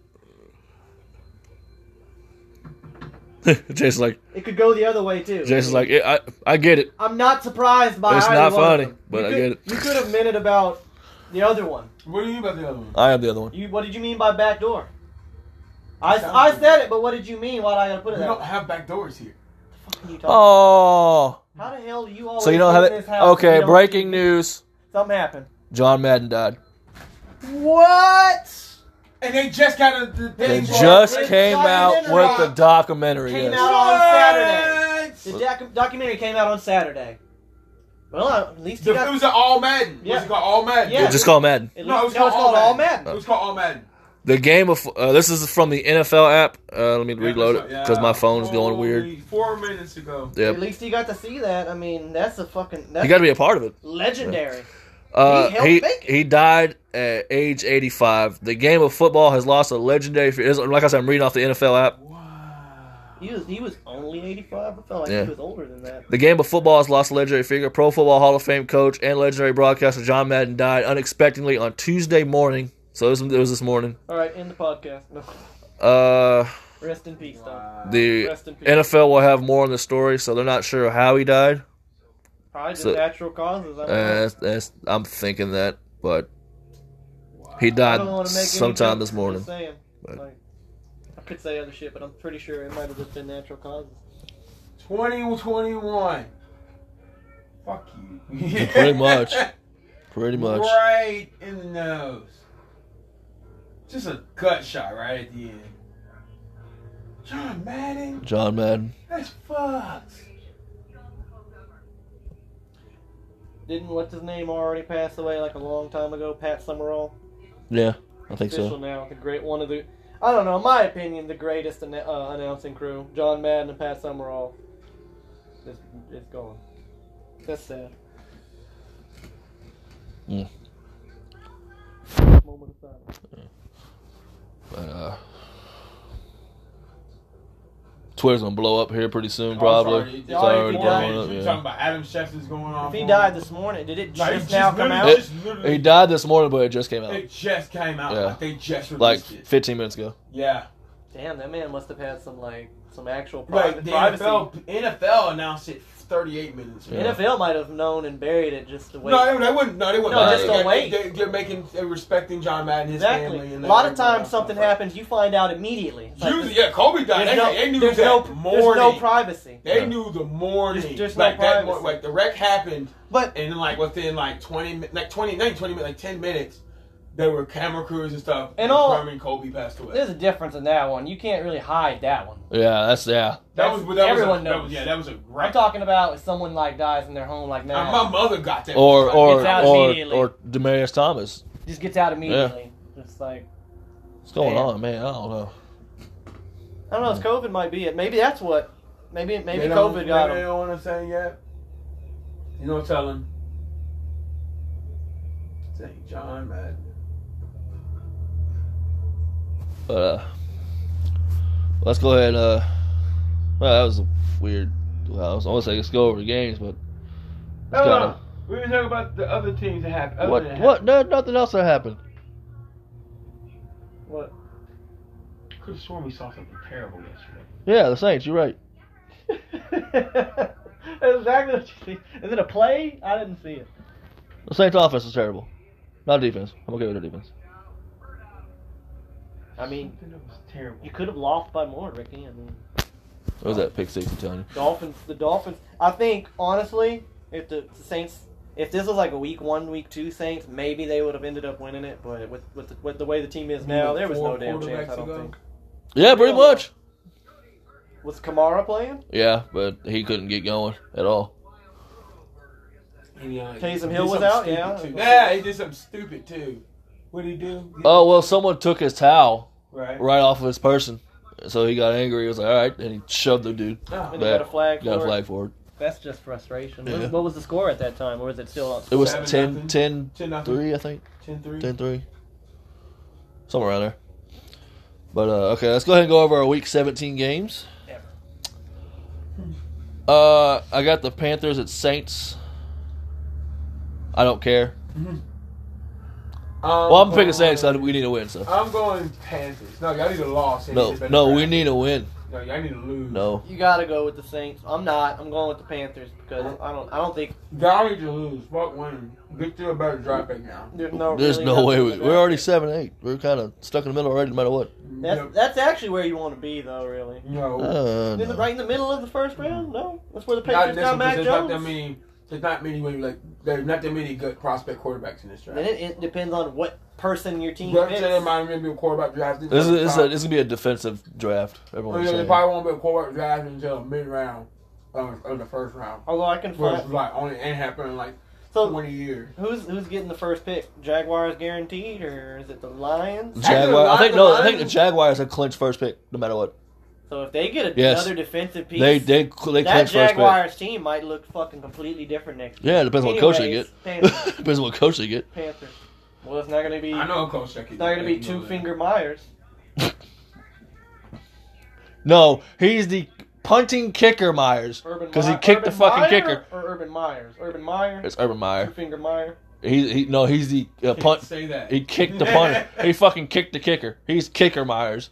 A: Jason's like
B: it could go the other way too.
A: Jason's like yeah, I I get it.
B: I'm not surprised by.
A: It's
B: either
A: not
B: one of
A: funny,
B: them.
A: but
B: You
A: I
B: could-
A: get it.
B: You could have meant it about the other one.
C: What do you mean by the other one?
A: I am the other one.
B: You, what did you mean by backdoor? I, I said it, but what did you mean? Why did I gotta put it
C: We
B: that
C: don't
B: way?
C: have back doors here.
B: You talk-
A: Oh.
B: How the hell do you always?
A: So you don't have
B: live in
A: it.
B: this house and you
A: Okay,
B: don't-
A: breaking news.
B: Something happened.
A: John Madden died.
B: What?
C: And they just got a. The,
A: They
C: brought-
A: just
B: It's
A: came
B: John
A: out
B: Madden
A: with
B: rock.
A: the documentary.
B: Came
A: Yes.
B: out on Saturday.
C: What?
B: The doc- documentary came out on Saturday. Well, at least
C: The,
B: you
C: it
B: got.
C: was an All Madden.
B: Yeah.
C: What's it called? All Madden.
B: Yeah.
A: Yeah, just call Madden.
B: At least,
C: No, it was
B: no,
C: called
B: it's called
C: All
B: All
C: Madden.
B: Madden.
A: Oh,
C: It was called All Madden.
A: The game of uh, this is from the NFL app. Uh, let me reload it because my phone's going weird.
C: Only Four minutes ago.
A: Yeah,
B: At least you got to see that. I mean, that's a fucking. That's
A: you got to be a part of it.
B: legendary.
A: Uh,
B: He helped
A: he
B: make it.
A: he died at age 85. The game of football has lost a legendary. is- Like I said, I'm reading off the NFL app.
C: Wow.
B: He was he was only 85. I felt like
A: Yeah.
B: he was older than that.
A: The game of football has lost a legendary figure. Pro Football Hall of Fame coach and legendary broadcaster John Madden died unexpectedly on Tuesday morning. So it was, it was this morning.
B: All right, end the podcast. No.
A: Uh,
B: Rest in peace, Doc.
A: the
B: Rest in peace.
A: NFL will have more on the story, so they're not sure how he died.
B: Probably just
A: So-
B: natural causes. I
A: Uh,
B: don't know.
A: that's, that's, I'm thinking that, but
C: Wow.
A: he
B: I
A: died
B: don't wanna make any
A: sometime
B: jokes,
A: this
B: I'm
A: morning.
B: just saying,
A: but-
B: like, I could say other shit, but I'm pretty sure it might have just been natural causes.
C: 2021. Fuck you.
A: Pretty much. Pretty much.
C: Right in the nose. Just a gut shot right at the end. John Madden?
A: John Madden.
C: That's fucked.
B: Didn't what's his name already pass away like a long time ago? Pat Summerall,
A: Yeah, I think
B: official
A: so.
B: now, the great one of the. I don't know. In my opinion, the greatest anno- uh, announcing crew, John Madden and Pat Summerall, is is gone. That's sad.
A: Mm.
B: Moment of silence.
A: But, uh, Twitter's gonna blow up here pretty soon, probably.
C: It's
A: It's
B: Oh, Y'all already
A: already
B: did that.
A: blowing up.
C: You're
A: Yeah.
C: talking about Adam Schefter's going on.
B: If he died this morning, did it
C: Like,
B: just
C: it's
B: now come
C: literally-
B: out?
C: just literally-
A: He died this morning, but it just came out
C: It just came out.
A: Yeah.
C: Like they just
A: like
C: released it.
A: 15 minutes ago.
C: Yeah.
B: Damn, that man must have had some like some actual
C: Like
B: private
C: the
B: privacy.
C: NFL, NFL announced it 38 minutes. ago.
A: Yeah.
B: NFL might have known and buried it just the way.
C: No, they, they wouldn't. No, they wouldn't.
A: No,
C: They-
A: just
C: they-
B: don't wait.
C: They, are making, they're respecting John Madden, his
B: exactly.
C: family.
B: A
C: And
B: lot of
C: everything
B: times
C: else.
B: something happens, you find out immediately. It's like,
C: Usually, yeah, Kobe died.
B: there's
C: They,
B: no,
C: they knew
B: there's
C: that
B: no, there's
C: morning.
B: no privacy.
C: they
A: Yeah.
C: knew the morning.
B: There's- there's no
C: like that, mor-
B: privacy.
C: like the wreck happened,
B: But
C: and then like within like 20, mi- like 20, not even 20 minutes, like 10 minutes, there were camera crews and stuff.
B: And all-
C: confirming Kobe passed away.
B: there's a difference in that one. You can't really hide that one.
A: Yeah, that's yeah.
C: that was that
B: everyone knows.
C: was, a, That was, yeah, that was a
B: I'm
C: wreck.
B: talking about if someone like dies in their home like
C: Uh,
B: now,
C: my mother got that.
A: Or or
B: It's out
A: or
B: immediately.
A: or Demarius Thomas.
B: just gets out immediately. It's like
A: What's going
B: Damn.
A: on, man? I don't know.
B: I don't know. It's COVID might be it. Maybe that's what. Maybe maybe
C: They don't-
B: COVID got
C: They
B: him.
C: don't want to say yet. You know, tell him. St. John Madden.
A: But uh, let's go ahead. and, Uh, well, that was a weird. Well, I was almost like let's go over the games, but
C: No, no,
A: Got
C: no. We were talking about the other teams that happened. Other
A: what
C: than
A: what? No, nothing else that happened.
B: What?
C: Could have sworn we saw something terrible yesterday.
A: Yeah, the Saints. You're right.
B: That's exactly what you see. Is it a play? I didn't see it.
A: The Saints' offense is terrible. Not defense. I'm okay with their defense.
B: I mean,
C: Something that was terrible.
B: you could have lost by more, Ricky. I mean.
A: What was that pick six? I'm telling you.
B: Dolphins. The Dolphins. I think honestly, if the Saints, if this was like a week one, week two Saints, maybe they would have ended up winning it. But with with the, with the way the team is now, there was no
C: Four
B: damn chance.
C: quarterbacks
B: I don't
C: ago.
B: think.
A: Yeah, pretty much.
B: Was Kamara playing?
A: Yeah, but he couldn't get going at all.
C: And, yeah, he
B: Taysom
C: did
B: Hill was
C: something
B: out,
C: stupid,
B: yeah.
C: Too. Yeah, he did something stupid too. What did he do?
A: Oh well, someone took his towel
C: Right.
A: right off of his person, so he got angry. He was like, "All right," and he shoved the dude.
B: And
C: Oh,
B: they
A: Bad.
B: got a flag.
A: Got a
B: for it.
A: flag for it.
B: That's just frustration. What-
A: Yeah.
B: What, was the score at that time, or is it still on?
A: It was
C: Seven
A: 10,
C: nothing.
A: 10
C: 10 nothing.
A: 3, I think.
C: 10 3.
A: 10 3. Somewhere around there. But, uh, okay, let's go ahead and go over our week 17 games.
B: Ever.
A: Uh, I got the Panthers at Saints. I don't care.
C: Um,
A: Well, I'm picking Saints. I, we need to win, so.
C: I'm going Panthers. No, y'all need to lose.
A: No, no, we need to win.
C: No, y'all need to lose.
A: No.
B: You gotta go with the Saints. I'm not. I'm going with the Panthers because I don't. I don't think
C: Y'all need to lose. Fuck winning. Get to a better draft pick now.
B: there's no.
A: There's
B: really
A: no way.
B: nothing
A: We,
B: to
A: we're
B: do.
A: already 7 8. We're kind of stuck in the middle already, no matter what.
B: That's
C: No.
B: that's actually where you want to be, though. Really.
C: no.
A: Uh,
B: In the,
A: no.
B: Oh. right in the middle of the first round? No, that's where the Patriots
C: Mm-hmm. Not this one,
B: got
C: 'cause
B: Mac
C: there's
B: Jones.
C: not that many. There's not many when you like. There's not that many good prospect quarterbacks in this draft.
B: Then it, it depends on what person your team
C: But I'm
B: picks.
C: saying it might be a quarterback draft.
A: This is, this, is a, this is gonna be a defensive draft.
C: Oh,
A: Everyone's
C: yeah, they
A: saying.
C: probably won't be a quarterback draft until mid round of, of the first round.
B: Although I can
C: Which
B: find
C: like only ain't happened in like
B: so
C: twenty years.
B: who's who's getting the first pick? Jaguars guaranteed, or is it the Lions?
A: Jaguar. I
C: Actually,
A: think
C: the
A: no. I
C: Lions-
A: think the Jaguars have clinched first pick, no matter what.
B: So if they get a,
A: Mm-hmm. Yes.
B: another defensive piece,
A: They they cl- they
B: that
A: clinched first pick.
B: Jaguars team might look fucking completely different next year.
A: Yeah, it depends on what coach they get.
B: Anyways, Panthers.
A: depends on what coach they get.
B: Panthers. Well, it's not gonna be.
C: I know a coach that
B: It's not gonna be two finger Myers.
A: No, he's the punting kicker Myers
B: Urban
A: because he
B: Mi-
A: kicked
B: Urban
A: the fucking
B: Meyer
A: kicker.
B: Or Urban Myers. Urban Meyer.
A: It's Urban
B: Two
A: Meyer.
B: finger Meyer.
A: He, he no, he's the uh,
C: Punt.
A: punt.
C: Say that.
A: He kicked the punter. he fucking kicked the kicker. He's kicker Myers.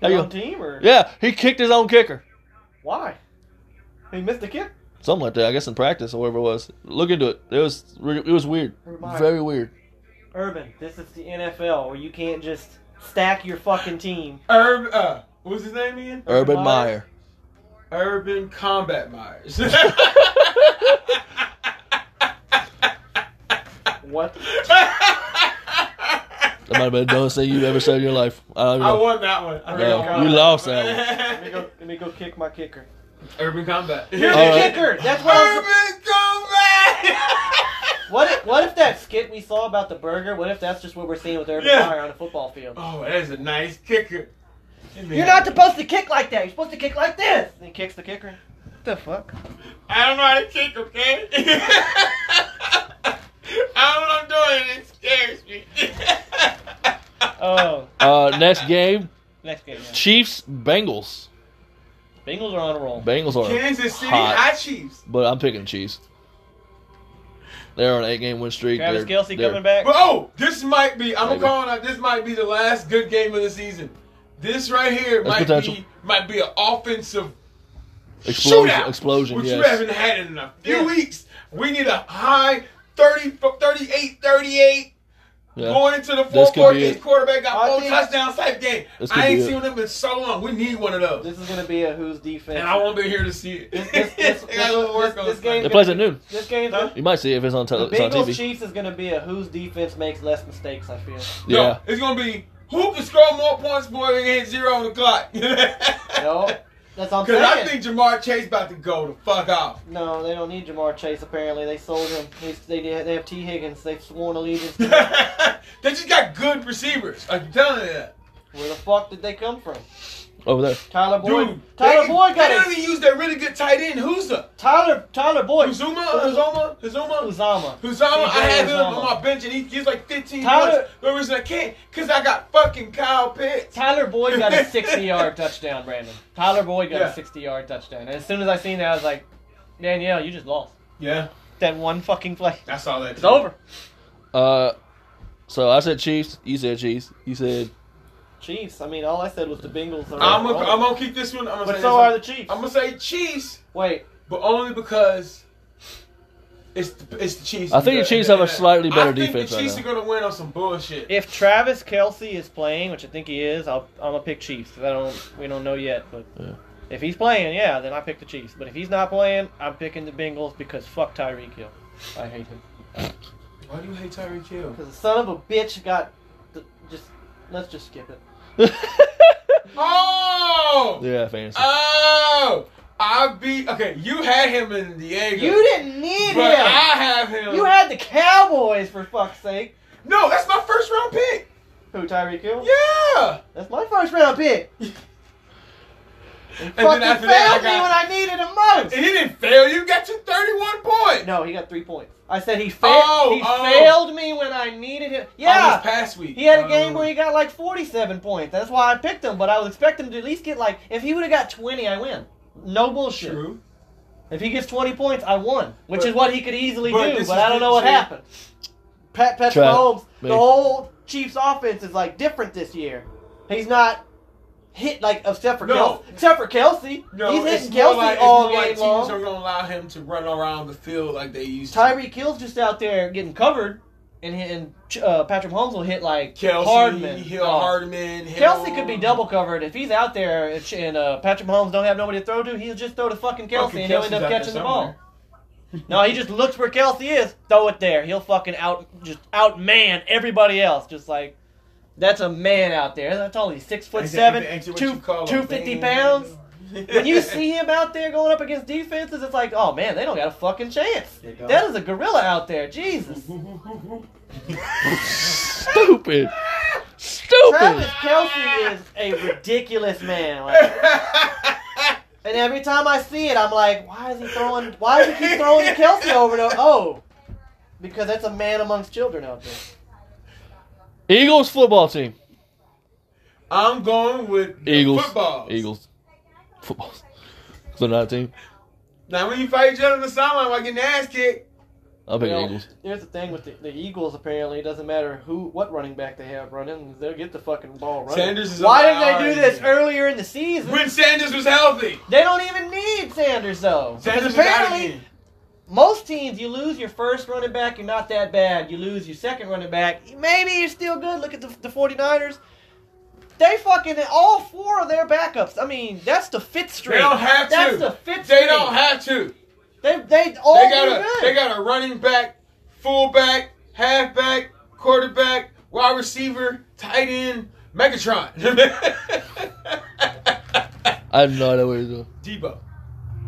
A: There you
B: One
A: go.
B: team or
A: Yeah, he kicked his own kicker.
B: why? He missed the kick.
A: Something like that, I guess, in practice or whatever it was. Look into it. It was re- it was weird,
B: Urban Meyer.
A: very weird.
B: Urban, this is the NFL where you can't just stack your fucking team.
C: Urban, uh, what's his name again?
A: Urban
B: Urban
A: Meyer.
C: Urban Combat Myers.
B: What?
A: That might have been the dumbest thing you've ever said in your life. I don't even
C: I
A: know.
C: won that one. I
A: No,
C: forgot.
A: you lost that
B: Let me go. Let me go kick my kicker.
C: Urban Combat.
B: You're the
A: All right.
B: kicker. That's what. I was-
C: Urban Combat.
B: What if, what if that skit we saw about the burger? What if that's just what we're seeing with Urban
C: Yeah.
B: Meyer on a football field?
C: Oh, that is a nice kicker.
B: You're not supposed to kick like that. You're supposed to kick like this. And he kicks the kicker. What the fuck?
C: I don't know how to kick, okay? I don't know what I'm doing. It scares me.
B: Oh,
A: Uh, next game,
B: next game. Yeah.
A: Chiefs Bengals.
B: Bengals are on a roll.
A: Bengals are
C: Kansas City
A: hot,
C: High Chiefs.
A: but I'm picking the Chiefs. They're on an eight-game win streak.
B: Travis
A: They're-
B: Kelsey
A: they're-
B: coming back.
C: But oh, this might be. I'm
A: Maybe.
C: calling out. This might be the last good game of the season. This right here
A: That's
C: mick might
A: potential.
C: be might be an offensive
A: Explosion!
C: shootout,
A: Explosion!
C: which we
A: yes.
C: haven't had in a few
B: Yeah.
C: weeks. We need a high 30, 38, 38.
A: Yeah.
C: Going into the
A: This could
C: fourth
A: be
C: quarter, this
A: it.
C: quarterback got
B: I
C: four
B: think-
C: touchdowns type game.
A: This could
C: I ain't
A: be it.
C: seen them in so long. We need one of those.
B: This is gonna be a who's defense.
C: and I won't be here to see it.
B: This- this- this-
C: I gotta go work
B: this-
C: on
B: this
C: it.
B: game-
A: It plays at noon.
B: This game's
C: Huh?
A: You might see it if it's on,
B: the
A: tel- it's on
B: Bengals
A: TV.
B: Chiefs is gonna be a whose defense makes less mistakes. I feel.
C: No,
A: Yeah.
C: it's gonna be who can score more points before it hit zero on the clock.
B: No, that's on.
C: Because I think Jamar Chase about to go the fuck off.
B: No, they don't need Jamar Chase. Apparently, they sold him. He's, they they have T Higgins. They've sworn allegiance. to him.
C: they just got good receivers. I'm telling you that.
B: Where the fuck did they come from?
A: Over there.
B: Tyler Boyd.
C: Dude,
B: Tyler
C: they,
B: Boyd
C: they
B: got
C: don't
B: his.
C: even use their really good tight end. Who's the
B: Tyler Tyler Boyd.
C: Huzuma? Huzuma? Huzuma?
B: Uzama.
C: Huzama, I
B: CJ
C: have him
B: Uzama.
C: on my bench and he gives like 15
B: Tyler-
C: points. The reason I can't, because I got fucking Kyle Pitts.
B: Tyler Boyd got a 60 yard touchdown, Brandon. Tyler Boyd got
C: Yeah.
B: a 60 yard touchdown. And as soon as I seen that, I was like, Danielle, you just lost.
C: Yeah,
B: That one fucking play.
C: that's all that.
B: It's over.
A: Uh, so I said Chiefs. You said Chiefs. You said
B: Chiefs. I mean, all I said was the Bengals. Are
C: I'm gonna, I'm gonna keep this one. I'm gonna
B: but so
C: say this
B: are
C: one.
B: the Chiefs.
C: I'm gonna say Chiefs,
B: Wait,
C: but only because it's the, it's the Chiefs.
A: I think the Chiefs have a slightly better
C: I think
A: defense
C: The
A: right
C: Chiefs
A: now.
C: are gonna win on some bullshit.
B: if Travis Kelsey is playing, which I think he is, I'll, I'm gonna pick Chiefs. 'cause I don't, we don't know yet, but
A: Yeah.
B: if he's playing, yeah, then I pick the Chiefs. But if he's not playing, I'm picking the Bengals because fuck Tyreek Hill. I hate him.
C: Why do you hate Tyreek Hill?
B: Because the son of a bitch got, the, just let's just skip it.
C: Oh,
A: yeah, fantasy.
C: oh, I beat. Okay, you had him in Diego.
B: You didn't need
C: but
B: him.
C: I have him.
B: You had the Cowboys for fuck's sake.
C: no. That's my first round pick.
B: Who Tyreek Hill?
C: Yeah.
B: That's my first round pick.
C: And
B: Fucking
C: then after
B: failed
C: that, I
B: me when
C: got.
B: I needed him most.
C: and he didn't fail. You got your 31 points.
B: No, he got three points. I said he, fa-
C: Oh,
B: he
C: oh.
B: failed me when I needed him.
C: Oh, this
B: Yeah,
C: past week.
B: he had a
C: Oh.
B: game where he got like 47 points. That's why I picked him. But I was expecting him to at least get like, if he would have got 20, I win. No bullshit.
C: True.
B: If he gets 20 points, I won, which
C: But-
B: is what he could easily
C: but
B: do.
C: this
B: But
C: is
B: I don't know what
C: the-
B: happened. Pat Pat
A: Try-
B: Mahomes,
A: me.
B: the whole Chiefs offense is like different this year. He's not hit like except for
C: No.
B: Kelsey. Except for Kelsey,
C: No,
B: he's
C: it's
B: hitting
C: more
B: Kelsey
C: like, it's
B: all
C: more like
B: game
C: teams
B: long.
C: are gonna allow him to run around the field like they used. to.
B: Tyreek Hill's just out there getting covered, and and uh, Patrick Mahomes will hit like
C: Kelsey,
B: Hardman.
C: Hill,
B: No.
C: Hardman, Hill.
B: Kelsey could be double covered if he's out there and- and uh, Patrick Mahomes don't have nobody to throw to. He'll just throw to fucking Kelsey
C: Fucking
B: and he'll end
C: Kelsey's
B: up
C: out there
B: catching the ball.
C: somewhere.
B: no, he just looks where Kelsey is, throw it there. He'll fucking out just outman everybody else. Just like that's a man out there. That's all he's six foot
C: Ain't that-
B: seven,
C: ain't that what
B: two
C: you call a
B: two fifty
C: man?
B: pounds. When you see him out there going up against defenses, it's like, oh man, they don't got a fucking chance.
C: They don't.
B: That is a gorilla out there, Jesus.
A: Stupid. Stupid.
B: Travis Kelsey is a ridiculous man. like- And every time I see it, I'm like, why is he throwing? Why is he keep throwing to Kelsey over there? Oh, because that's a man amongst children out there.
A: Eagles football team.
C: I'm going with the
A: Eagles.
C: Footballs.
A: Eagles. Footballs. So not a team.
C: Now when you fight each other on the sideline while getting the ass kicked,
A: I'm picking
B: Well,
A: Eagles.
B: Here's the thing with the, the Eagles. Apparently, it doesn't matter who, what running back they have running, they'll get the fucking ball running.
C: Sanders is
B: Why
C: a
B: didn't they do this
C: liar.
B: earlier in the season?
C: when Sanders was healthy,
B: They don't even need Sanders though. 'Cause
C: Sanders was out
B: apparently,
C: again.
B: most teams, you lose your first running back, you're not that bad. You lose your second running back, maybe you're still good. Look at the, the 49ers. They fucking all four of their backups. I mean, that's the fifth string.
C: They don't have to.
B: That's the fifth
C: They
B: string.
C: don't have to.
B: They they all
C: They
B: do
C: got a
B: good.
C: they got a running back, fullback, halfback, quarterback, wide receiver, tight end, Megatron,
A: I have no idea what you're doing.
C: Debo.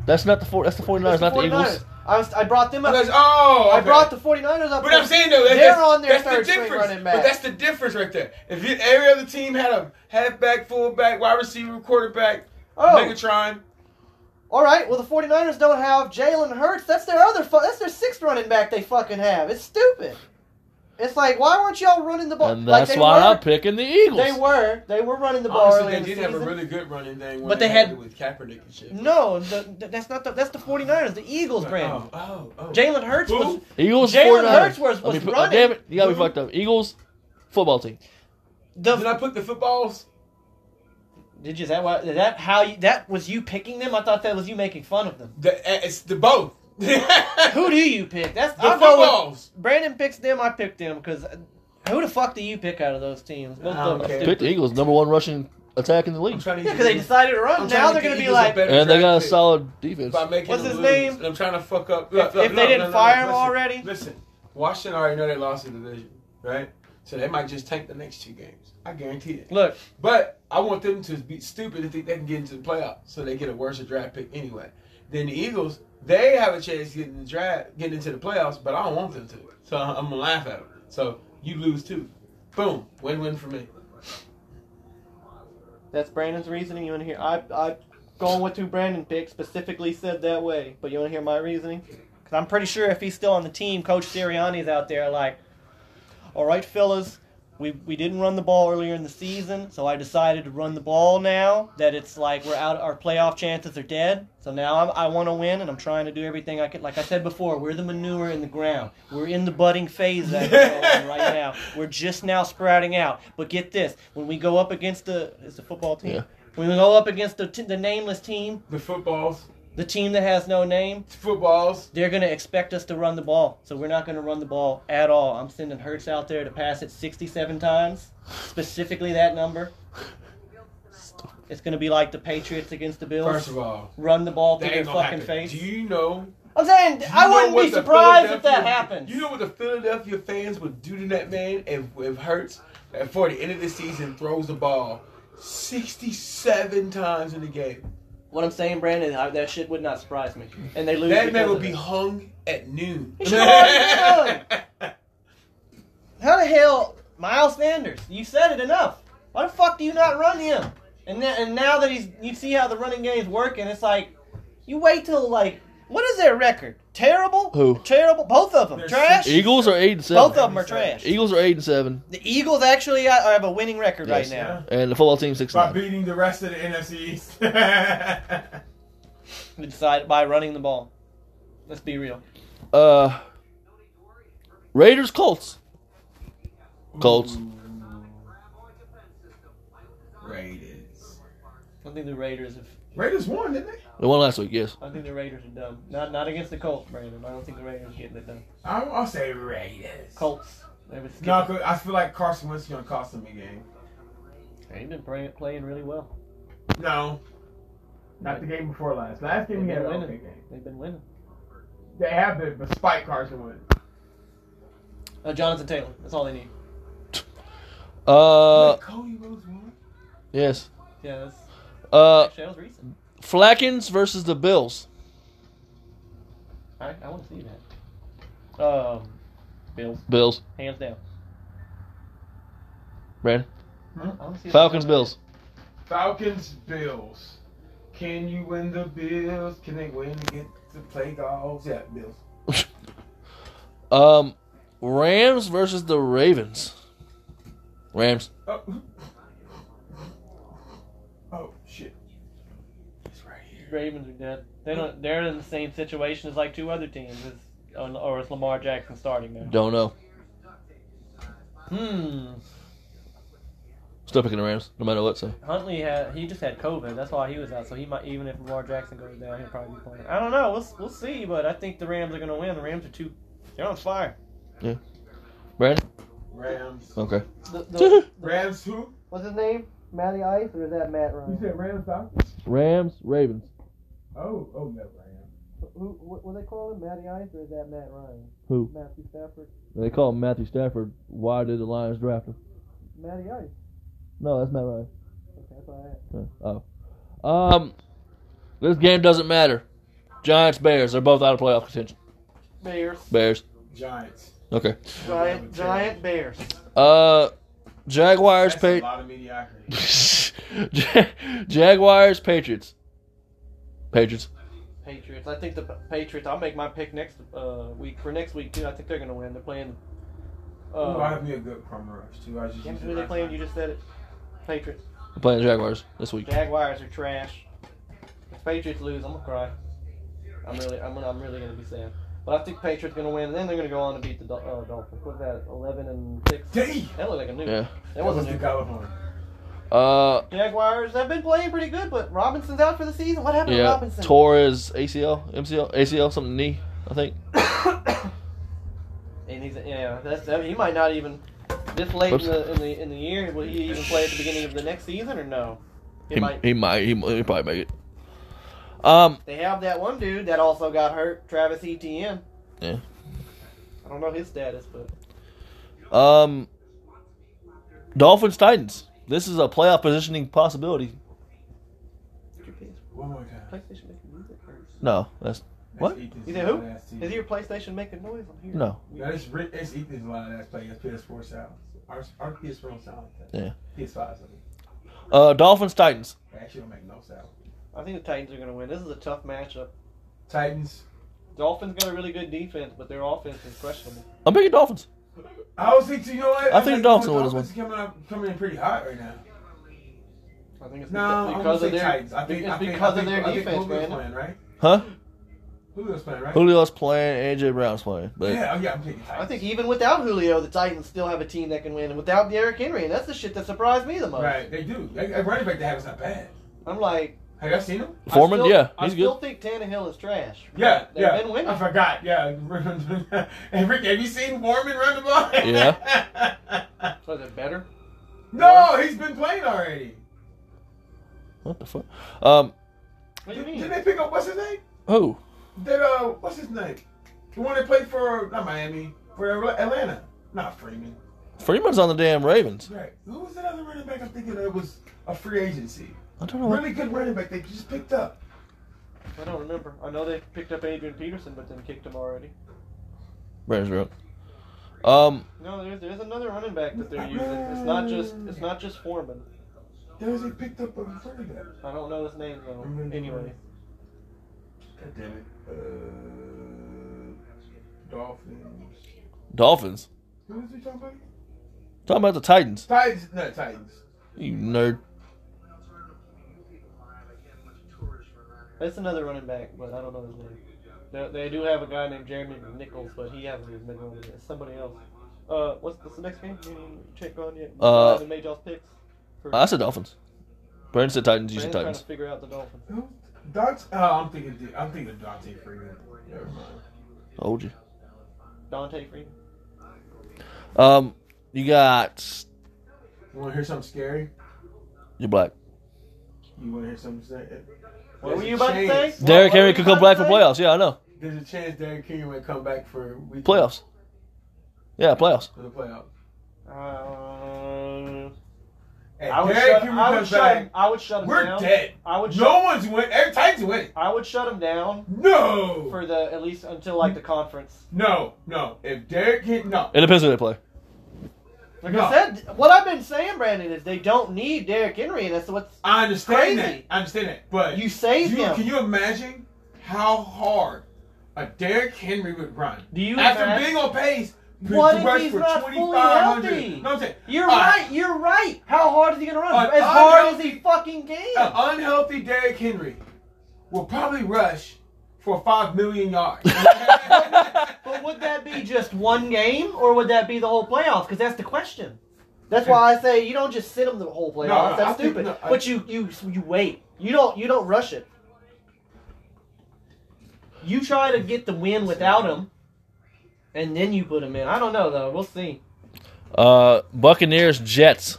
A: That's not the four. That's the 49ers,
B: That's
A: not the
B: 49ers.
A: Eagles.
B: I, was, I brought them up.
C: That's- oh,
B: I
C: okay.
B: brought the 49ers up.
C: But I'm saying though, that-
B: they're
C: that's,
B: on their
C: that's
B: third
C: the
B: string
C: difference.
B: running back.
C: But that's the difference right there. If you, every other team had a halfback, fullback, wide receiver, quarterback,
B: Oh.
C: Megatron,
B: All right. Well, the 49ers don't have Jalen Hurts. That's their other. Fu- that's their sixth running back. They fucking have. It's stupid. It's like why weren't y'all running the ball?
A: And
B: Like,
A: that's
B: they
A: why
B: were-
A: I'm picking the Eagles.
B: They were. They were running the ball
C: honestly,
B: early
C: they
B: in the
C: did have a
B: season.
C: really good running thing. When
B: But they had-
C: it with Kaepernick and shit.
B: No, the, the- that's not the. That's the 49ers. The Eagles, Brandon.
C: Oh, oh, oh.
B: Jalen Hurts
C: Who?
B: was.
A: Eagles.
B: Jalen
A: 49ers.
B: Hurts was-
A: I mean,
B: was
A: put-
B: running.
A: Damn it, you gotta be
B: Mhm.
A: fucked up. Eagles football team.
B: The,
C: Did I put the footballs?
B: Did you is that why is that how you that was you picking them? I thought that was you making fun of them.
C: The, eh, it's the both.
B: Who do you pick? That's
C: The
B: I go with-
C: footballs.
B: Brandon picks them. I pick them because who the fuck do you pick out of those teams? Both
C: I
B: of
C: don't
B: them. are
C: care.
B: stupid.
A: Pick the Eagles, number one rushing attack in the league,
C: trying to
B: Yeah, because they decided to run.
C: I'm trying
B: now
C: to
B: they're
C: get
B: going to be
C: Eagles
B: like,
C: better
A: and they got a
C: draft pick
A: solid defense.
C: by making
B: What's
C: them
B: his
C: lose.
B: name?
C: And I'm trying to fuck up. Look,
B: If-
C: look,
B: if they
C: no, no,
B: didn't
C: no,
B: fire him
C: listen,
B: already?
C: Listen, Washington already know they lost the division, right? So they might just tank the next two games. I guarantee it.
B: look,
C: But I want them to be stupid and think they can get into the playoffs, so they get a worse draft pick anyway. Then the Eagles, they have a chance getting the draft, getting into the playoffs, but I don't want them to. So I'm gonna laugh at them. So you lose too. Boom, win-win for me.
B: that's Brandon's reasoning. You want to hear? I I going with who Brandon picked specifically said that way. But you want to hear my reasoning? Because I'm pretty sure if he's still on the team, Coach Sirianni's out there like, all right, fellas. We, we didn't run the ball earlier in the season, so I decided to run the ball now that it's like we're out, our playoff chances are dead. So now I'm, I want to win, and I'm trying to do everything I can. Like I said before, we're the manure in the ground. We're in the budding phase that we're in right now. We're just now sprouting out. But get this: when we go up against the it's the football team.
A: Yeah.
B: When we go up against the t- the nameless team,
C: The footballs,
B: the team that has no name,
C: footballs.
B: they're going to expect us to run the ball. So we're not going to run the ball at all. I'm sending Hertz out there to pass it 67 times, specifically that number. It's going to be like the Patriots against the Bills.
C: First of all,
B: run the ball
C: that
B: through their
C: ain't gonna
B: fucking
C: happen.
B: face.
C: Do you know
B: I'm saying
C: You
B: I
C: know
B: wouldn't
C: what
B: be
C: the
B: surprised if that
C: Philadelphia-
B: happens.
C: You know what the Philadelphia fans would do to that man if if Hurts at for the end of the season throws the ball sixty seven times in the game.
B: what I'm saying, Brandon, I, that shit would not surprise me. And they lose.
C: That
B: because
C: man would
B: of
C: be
B: it.
C: hung at noon.
B: He should already How the hell, Miles Sanders? You said it enough. Why the fuck do you not run him? And then, and now that he's, you see how the running game's working. It's like, you wait till like, what is their record? Terrible.
A: Who?
B: Terrible. Both of them.
C: They're
B: trash.
C: six-
A: Eagles are eight and seven.
B: Both of them are trash.
A: Eagles are eight and seven,
B: The Eagles actually are- have a winning record
A: Yes.
B: right now.
A: and the football team six and nine.
C: beating the rest of the NFC East.
B: They Decide by running the ball. Let's be real.
A: Uh, Raiders Colts. Colts.
C: Raiders.
B: I think the Raiders have.
C: Raiders won, didn't they?
A: They won last week. Yes.
B: I think the Raiders are dumb. Not not against the Colts, Brandon. I don't think the Raiders are getting it done.
C: I, I'll say Raiders.
B: Colts. They was
C: No, 'cause I feel like Carson Wentz is gonna cost them a game.
B: They've been play- playing really well.
C: No. Not the game before last. Last
B: They've
C: game he had
B: been
C: an
B: winning.
C: okay game.
B: They've been winning.
C: They have been, but Spike Carson went.
B: Uh, Jonathan Taylor. That's all they need.
A: Uh,
C: Cody Rhodes won.
A: yes.
B: Yeah, that's
A: Uh,
B: actually that was recent.
A: Flackins versus the Bills.
B: I, I want to see that. Um, Bills,
A: Bills.
B: hands down.
A: Brandon.
B: I wanna see that.
A: Falcons. Bills.
C: Falcons Bills. Can you win the Bills? Can they win to get to play golf? Yeah, Bills.
A: Um, Rams versus the Ravens. Rams.
C: Oh. oh shit. It's right here.
B: Ravens are dead. They don't. They're in the same situation as like two other teams. Is or, or is Lamar Jackson starting now?
A: Don't know.
B: Hmm.
A: Still picking the Rams, no matter what. So
B: Huntley had he just had COVID. That's why he was out. So he might even if Lamar Jackson goes down, he'll probably be playing. I don't know. We'll we'll see. But I think the Rams are gonna win. The Rams are too. They're on fire.
A: Brandon.
C: Rams.
A: Okay.
B: The, the,
C: Rams who?
B: what's his name?
D: Matty Ice or is that Matt Ryan?
C: You said Rams Falcons?
A: Rams, Ravens.
C: Oh, oh yeah, Rams.
D: Who, what, what they call him? Matty Ice or is that Matt Ryan?
A: Who?
D: Matthew Stafford.
A: They call him Matthew Stafford. Why did the Lions draft him?
D: Matty Ice.
A: No, that's Matt Ryan.
D: Okay, that's all I had.
A: Oh. Um, this game doesn't matter. Giants, Bears. They're both out of playoff contention.
B: Bears.
A: Bears.
C: Giants.
A: Okay.
B: Giant, giant Bears.
A: Uh, Jaguars,
C: That's a
A: Patriots.
C: lot of mediocrity.
A: Ja- Jaguars, Patriots. Patriots.
B: Patriots. I think the P- Patriots. I'll make my pick next uh, week for next week too. I think they're gonna win. They're playing.
C: Ooh, I have
B: Uh,
C: me a good crumb rush too. I just
B: can't
C: used it
B: believe they're
C: last
B: playing.
C: night.
B: You just said it. Patriots.
A: We're playing the Jaguars this week.
B: Jaguars are trash. If Patriots lose, I'm gonna cry. I'm really, I'm, gonna- I'm really gonna be sad. But I think Patriots gonna win, and then they're gonna go on to beat the Dol- uh, Dolphins. What's that? Eleven and six.
C: Dang!
B: That looked like a new.
A: Yeah.
B: That
C: That was
B: wasn't new.
C: the Galahorn.
A: Uh,
B: Jaguars have been playing pretty good, but Robinson's out for the season. What happened to
A: yeah.
B: Robinson?
A: Torres, ACL, MCL, ACL, something knee, I think.
B: and he's yeah, that's I mean, he might not even this late in the, in the in the year. Will he even play at the beginning of the next season or no? He,
A: He
B: might.
A: He might. He, he probably make it. Um,
B: They have that one dude that also got hurt, Travis Etienne.
A: Yeah.
B: I don't know his status, but
A: um, Dolphins, Titans. This is a playoff positioning possibility.
C: One more time.
B: PlayStation making music. Or...
A: No, that's What?
C: That's Ethan's
B: You said who?
C: loud ass team.
B: Is your PlayStation making noise? I'm here.
A: no.
C: That is Rick. It's Ethan's loud ass play. That's PS4 sound. Our, our PS4 don't sound like that.
A: Yeah.
C: PS5 sound.
A: Uh, Dolphins, Titans.
C: They actually don't make no sound.
B: I think the Titans are going to win. This is a tough matchup.
C: Titans.
B: Dolphins got a really good defense, but their offense is questionable.
A: I'm picking Dolphins.
C: I was thinking, you know what?
A: I think the Dolphins will win this
C: Dolphins Coming, up, coming in pretty hot right now.
B: I think it's
C: No,
B: beca-
C: I'm
B: because
C: gonna
B: of
C: say
B: their
C: Titans. I think
B: it's
C: I think,
B: because
C: I think,
B: of their
C: I think
B: defense,
C: Julio's
B: man.
C: playing, right?
A: Huh?
C: Julio's playing, right?
A: Julio's playing. AJ Brown's playing. But
C: Yeah, oh, yeah, I'm taking Titans.
B: I think even without Julio, the Titans still have a team that can win. And without Derrick Henry, and that's the shit that surprised me the most.
C: Right, they do. They, that running back they have is not bad.
B: I'm like,
C: Have y'all seen him?
A: Foreman,
B: I still,
A: yeah,
B: I
A: he's
B: still
A: good.
B: think Tannehill is trash.
C: Yeah,
B: they've
C: yeah.
B: been winning.
C: I forgot. Yeah, and Rick, have you seen Mormon run the ball? Yeah.
B: Was it better?
C: no, he's been playing already.
A: What the fuck? Um,
B: What do you
C: Did,
B: mean?
C: did they pick up what's his name?
A: who?
C: That uh, what's his name? The one that played for not Miami, for Atlanta. Not Freeman.
A: Freeman's on the damn Ravens.
C: Right. Who was that other running back? I'm thinking that was a free agency.
A: I don't know. What,
C: Really good running back. They just picked up.
B: I don't remember. I know they picked up Adrian Peterson, but then kicked him already.
A: Ravens are up. Um,
B: No, there's there's another running back that they're using. It's not just it's not just Foreman.
C: There was they picked up a running back.
B: I don't know his name though.
C: Mhm.
B: Anyway,
C: God damn it. Uh, Dolphins.
A: Dolphins.
C: Who was we talking about?
A: Talking about the Titans.
C: Titans. No, Titans.
A: You nerd.
B: that's another running back, but I don't know his name. They, they do have a guy named Jeremy Nichols, but he hasn't even been on it. It's somebody else. Uh, what's, what's the next game? You didn't check on yet? You
A: Uh,
B: haven't made y'all's picks. For,
A: I said Dolphins. Brandon said Titans. You said
B: Brandon's trying
A: Titans.
B: to figure out the Dolphins.
C: Who? Dante. Oh, I'm thinking. D- I'm thinking Dante Freeman. Never mind.
A: Told you.
B: Dante Freeman.
A: Um, you got
C: You want to hear something scary?
A: you're black.
C: You want to hear something eh, scary?
B: What were you about to say?
A: Derrick
B: What- what were
A: Henry
B: you
A: could come
B: about
A: black
B: to
A: for
B: say?
A: playoffs. Yeah, I know.
C: There's a chance Derrick Henry might come back for week
A: Playoffs. Yeah, playoffs.
C: For the playoffs.
B: Uh,
C: If
B: I would
C: Derrick
B: shut.
C: Henry
B: I would
C: comes
B: shut. Him,
C: back,
B: I would shut him
C: we're
B: down.
C: dead.
B: I would shut.
C: No one's win. Every Titans win.
B: I would shut him down
C: No.
B: for the at least until like the conference.
C: no. No. If Derrick Henry, no.
A: It depends who they play.
B: Like
C: No.
B: I said, what I've been saying, Brandon, is they don't need Derrick Henry, and that's what's
C: I understand that.
B: Crazy.
C: I understand that. But
B: you save
C: you-
B: him.
C: can you imagine how hard a Derrick Henry would run
B: Do you
C: after
B: imagine-
C: being on pace? to
B: What if
C: rush
B: he's
C: for
B: not fully
C: 2,500?
B: healthy?
C: No, I'm saying
B: You're
C: a-
B: right. You're right. How hard is he gonna run?
C: Uh,
B: as hard as
C: unhealthy-
B: he fucking can.
C: An unhealthy Derrick Henry will probably rush for five million yards.
B: but would that be just one game, or would that be the whole playoffs? Because that's the question. That's why I say you don't just sit him the whole playoffs.
C: No, no, I
B: that's
C: think-
B: stupid.
C: no, I-
B: but you you you wait. You don't you don't rush it. You try to get the win without him, and then you put him in. I don't know though. We'll see.
A: Uh, Buccaneers, Jets.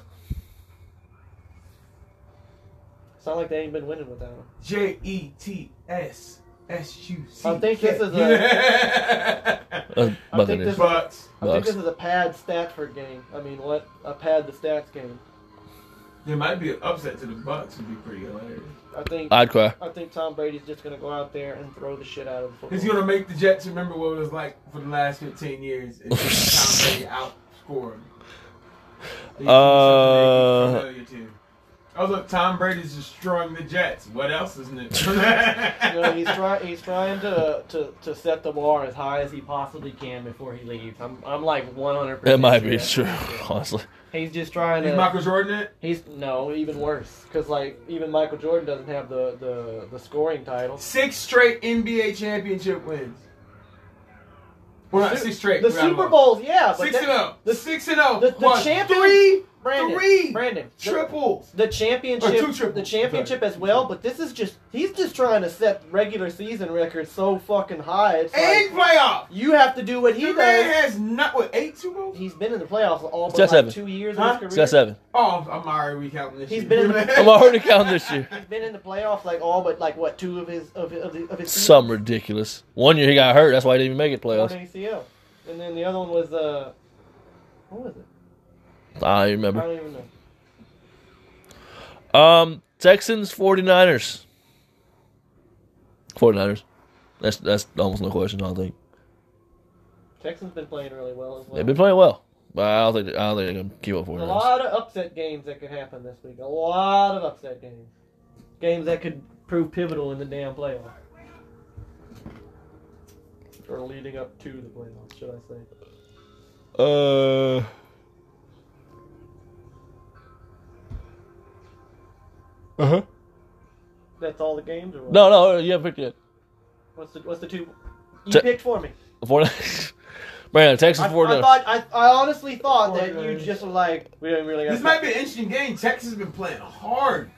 B: Sound like they ain't been winning without him.
C: J E T S S U C.
B: I think this is
C: a.
A: That's about
B: think
A: it is.
B: this-
C: but
B: I think this is a pad Stafford game. I mean, what a pad the stats game.
C: there might be an upset to the Bucks. Would be pretty hilarious.
B: I think
A: I'd cry.
B: I think Tom Brady's just gonna go out there and throw the shit out of the football.
C: He's gonna make the Jets remember what it was like for the last 15 years and take Tom Brady
A: Uh,
C: outscored. Oh look, Tom Brady's destroying the Jets. What else is new?
B: You know, he's trying. He's trying to, to to set the bar as high as he possibly can before he leaves. I'm I'm like 100.
A: That
B: percent
A: might be true, honestly.
B: He's just trying
C: Is
B: to.
C: Michael Jordan it?
B: He's no even worse because like even Michael Jordan doesn't have the the the scoring title.
C: Six straight NBA championship wins. Well, not six straight.
B: The
C: round
B: Super
C: one.
B: Bowls, yeah, but
C: Six and
B: that-
C: zero.
B: the-
C: The six and zero.
B: the- the
C: plus
B: champion-
C: Three
B: Brandon,
C: Three.
B: Brandon, the-
C: triples.
B: The
C: Or two
B: championship,
C: triples.
B: the championship as well, but this is just—he's just trying to set regular season records so fucking high. It's
C: And
B: like
C: playoff.
B: you have to do what he
C: The
B: does.
C: man has not what eight Super Bowls.
B: He's been in the playoffs all but
A: Stat
B: like
A: seven.
B: two years
C: Huh?
B: of his career.
A: Stat seven.
C: Oh, I'm already recounting this.
B: He's
C: year.
B: been in the-
A: I'm already counting this year.
B: He's been in the playoffs like all but like what two of his of his, of his, of his
A: Some ridiculous. One year he got hurt. That's why he didn't even make it
B: seasons?
A: playoffs.
B: One ACL, and then the other one was uh, what was it?
A: I don't even
B: I
A: remember.
B: don't even know.
A: Um, Texans 49ers. 49ers. That's that's almost no question. I don't think
B: Texans been playing really well as well.
A: they've been playing well, but I don't think I don't think they're gonna keep up
B: There's a
A: 49ers.
B: lot of upset games that could happen this week. A lot of upset games. Games that could prove pivotal in the damn playoffs. Or leading up to the playoffs, should I say.
A: Uh, uh
B: Uh-huh.
A: huh.
B: That's all the games or what?
A: No, no, you haven't picked it.
B: What's the what's the two you
A: Te-
B: picked for me?
A: 49ers. Man, Texans
B: I,
A: 49ers.
B: I thought I, I honestly thought that you
E: 49ers.
B: just were like we don't really got
C: This might be an interesting game. Texas has been playing hard.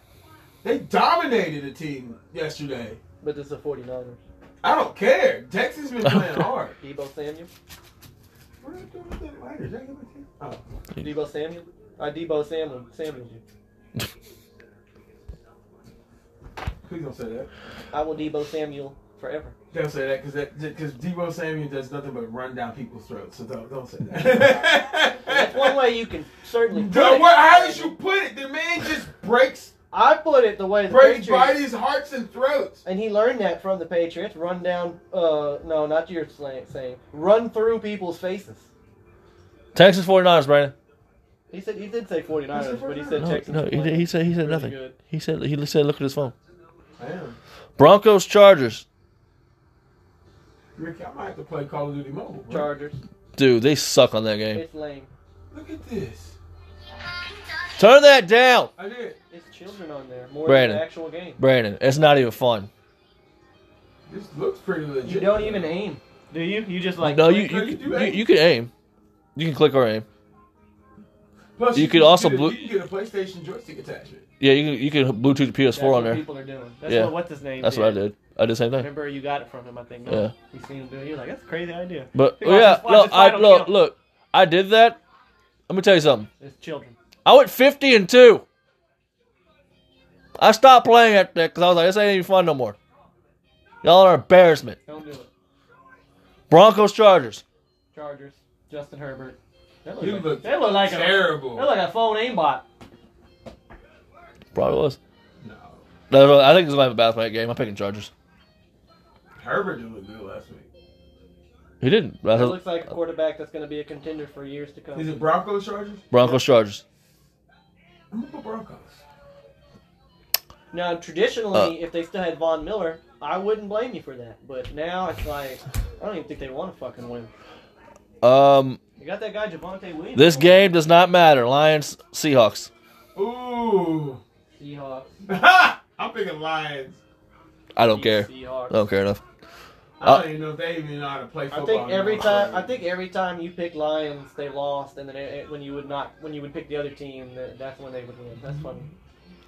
C: They dominated a team yesterday.
B: but this is a 49ers.
C: I don't care. Texas has been playing hard.
B: Debo Samuel.
C: Where is that- where's that lighter? Is that in my hand? Oh.
B: Debo Samuel. I Debo Samuel Samuel you.
C: Please don't say that.
B: I will Debo Samuel forever.
C: Don't say that because that because Debo Samuel does nothing but run down people's throats. So don't don't say that.
B: That's one way you can certainly put
C: The,
B: it.
C: what, how did you put it? The man just breaks
B: I put it the way the
C: breaks
B: Patriots
C: bodies, hearts, and throats.
B: and he learned that from the Patriots. Run down uh no, not your slang saying. Run through people's faces.
A: Texans 49ers, Brandon.
B: He said he did say 49ers, but he said
A: No,
B: Texans.
A: no,
B: were
A: he,
B: playing
A: did- he said he said
B: really
A: nothing.
B: good.
A: He said he said look at his phone.
C: I am.
A: Broncos Chargers.
C: Rick, I might have to play Call of Duty Mobile. bro.
B: Chargers.
A: Dude, they suck on that game.
B: It's lame.
C: Look at this.
A: Turn that down,
C: I did.
B: It's children on there more
A: Brandon.
B: than the actual game.
A: Brandon. It's not even fun.
C: This looks pretty legit.
B: You don't even aim, do you? You just like
A: no, you
C: no,
A: you,
C: you
A: you,
C: do
A: you
C: aim.
A: you can aim. You can click or aim.
C: Plus,
A: You
C: can
A: could also
C: get a,
A: blu-
C: you can get a PlayStation joystick attachment.
A: Yeah, you can, you can Bluetooth
B: that's
A: PS4 on
B: what
A: there.
B: people are doing. That's
A: Yeah.
B: what what's his name?
A: That's what I did. I did the same thing.
B: Remember, you got it from him, I think. No?
A: Yeah.
B: You seen him do it. You're like, that's a crazy idea.
A: But
B: People
A: yeah,
B: just watch
A: look,
B: this
A: I
B: fight on
A: look,
B: video.
A: look. I did that. Let me tell you something.
B: It's children.
A: I went 50 and 2. I stopped playing at that because I was like, this ain't even fun no more. Y'all are an embarrassment.
B: Don't do it.
A: Broncos Chargers.
B: Chargers. Justin Herbert. That
C: You
B: looks
C: look
B: like, that look like a
C: terrible.
B: that look like a phone aimbot.
A: Probably was.
C: no,
A: No, no, I think it's gonna have a bounce back game. I'm picking Chargers.
C: Herbert didn't look good last week.
A: He didn't. That's
B: That looks like a quarterback that's going to be a contender for years to
C: Is
B: come.
C: it Broncos Chargers?
A: Broncos Chargers.
C: I'm gonna put Broncos.
B: Now, traditionally,
A: Uh.
B: if they still had Von Miller, I wouldn't blame you for that. But now it's like I don't even think they want to fucking win.
A: Um,
B: You got that guy Javante Williams.
A: this game does not matter. Lions Seahawks.
C: Ooh.
B: Seahawks.
C: I'm picking Lions.
A: I don't care.
B: Seahawks.
A: I don't care enough.
C: I
A: Uh,
C: don't even know if they even know how to play
B: I
C: football.
B: think every
C: anymore.
B: time I think every time you pick Lions, they lost, and then it, it- when you would not when you would pick the other team, that, that's when they would win. That's funny.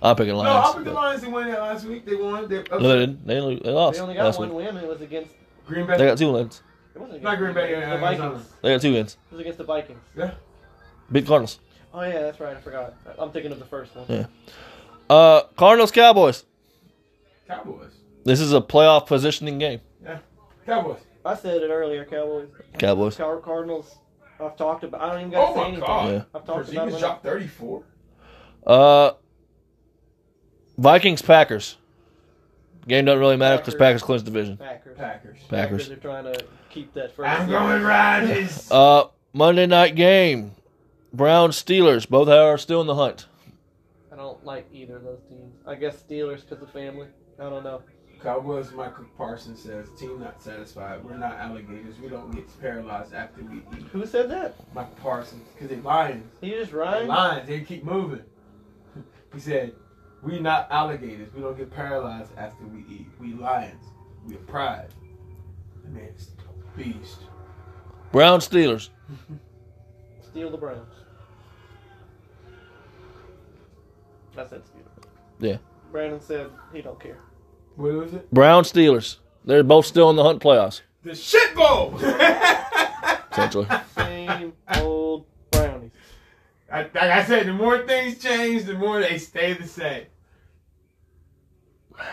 A: I'm picking
C: No,
A: Lions.
C: I picked the Lions to win that last week. They won. They uh,
A: No, they
C: upset
A: didn't. They, lo- they lost
B: They only got
A: last
B: one
A: week.
B: win. and It was against
C: Green
A: They
C: Bay.
A: got two wins.
B: it wasn't against
C: Not Green Bay,
B: the
C: uh, Arizona.
B: Vikings.
A: They got two wins.
B: It was against the Vikings.
C: Yeah.
A: Beat Cardinals.
B: Oh yeah, that's right. I forgot. I'm thinking of the first one.
A: Yeah. Uh, Cardinals Cowboys.
C: Cowboys.
A: This is a playoff positioning game.
C: Cowboys.
B: I said it earlier, Cowboys.
A: Cowboys.
B: Car- Cardinals. I've talked about. I don't even gotta
C: Oh
B: say
C: my
B: anything.
C: god.
A: Yeah.
B: I've talked about
C: Porzingis
B: it.
C: dropped 34.
A: Uh, Vikings Packers. Game doesn't really matter because Packers
B: Packers.
A: clinched division.
B: Packers.
C: Packers.
A: Packers.
B: are trying to keep that first.
C: I'm going Riders.
A: Uh, Monday night game. Browns Steelers. Both are still in the hunt.
B: I don't like either of those teams. I guess Steelers because of family. I don't know.
C: Cowboys, Michael Parsons says, team not satisfied. We're not alligators. We don't get paralyzed after we eat.
B: Who said that?
C: Michael Parsons, because they lions.
B: He just
C: They
B: rhymed.
C: lions. They keep moving. He said, we not alligators. We don't get paralyzed after we eat. We lions. We are pride. The man's a beast.
A: Browns Steelers.
B: Steal the Browns. I said Steelers.
A: Yeah.
B: Brandon said he don't care.
C: What was it?
A: Browns Steelers. They're both still in the hunt playoffs.
C: The shit bowl.
A: Essentially.
B: Same old brownies.
C: I, like I said, the more things change, the more they stay the same. I'm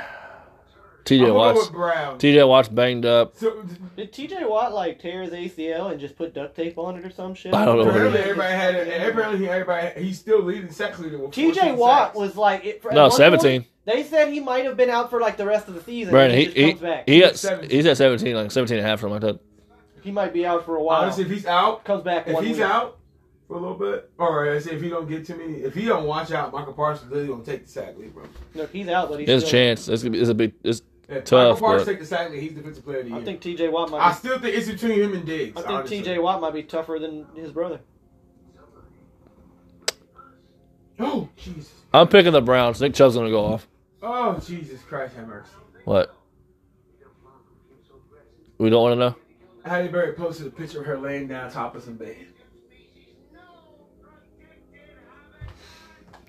A: TJ
C: gonna go
A: Watts.
C: with Brown.
A: TJ Watts banged up.
C: so
B: Did TJ Watt like tear his ACL and just put duct tape on it or some shit?
A: I don't know what
C: apparently everybody had it. Apparently everybody he's still leading sex leader with
B: TJ
C: 14
B: Watt
C: sacks.
B: was like it for, at
A: No,
B: one point,
A: 17.
B: they said he might have been out for like the rest of the season.
A: Brandon,
B: he,
A: he,
B: just
A: he,
B: comes back.
A: he,
B: He,
A: got, he's at 17, like 17 and a half, something like that.
B: might be out for a while.
C: Honestly, if he's out,
B: comes back
C: if
B: one
C: he's
B: week.
C: out for a little bit, or I say if he don't get to me, if he don't watch out, Michael Parsons literally gonna take the sack lead, bro.
B: No, he's out, but he's
A: There's a
B: still-
A: chance. It's, gonna be, it's a big. It's,
C: If
A: Tough,
C: Michael Parsons
A: but-
C: take the sack lead, he's defensive player of the year.
B: I think TJ Watt might.
C: I
B: Be,
C: still think it's between him and Diggs.
B: I, think TJ Watt might be tougher than his brother.
C: Oh Jesus!
A: I'm picking the Browns. Nick Chubb's going to go off.
C: Oh Jesus Christ, have mercy.
A: What? We don't want to know?
C: Halle Berry posted a picture of her laying down top of some bed.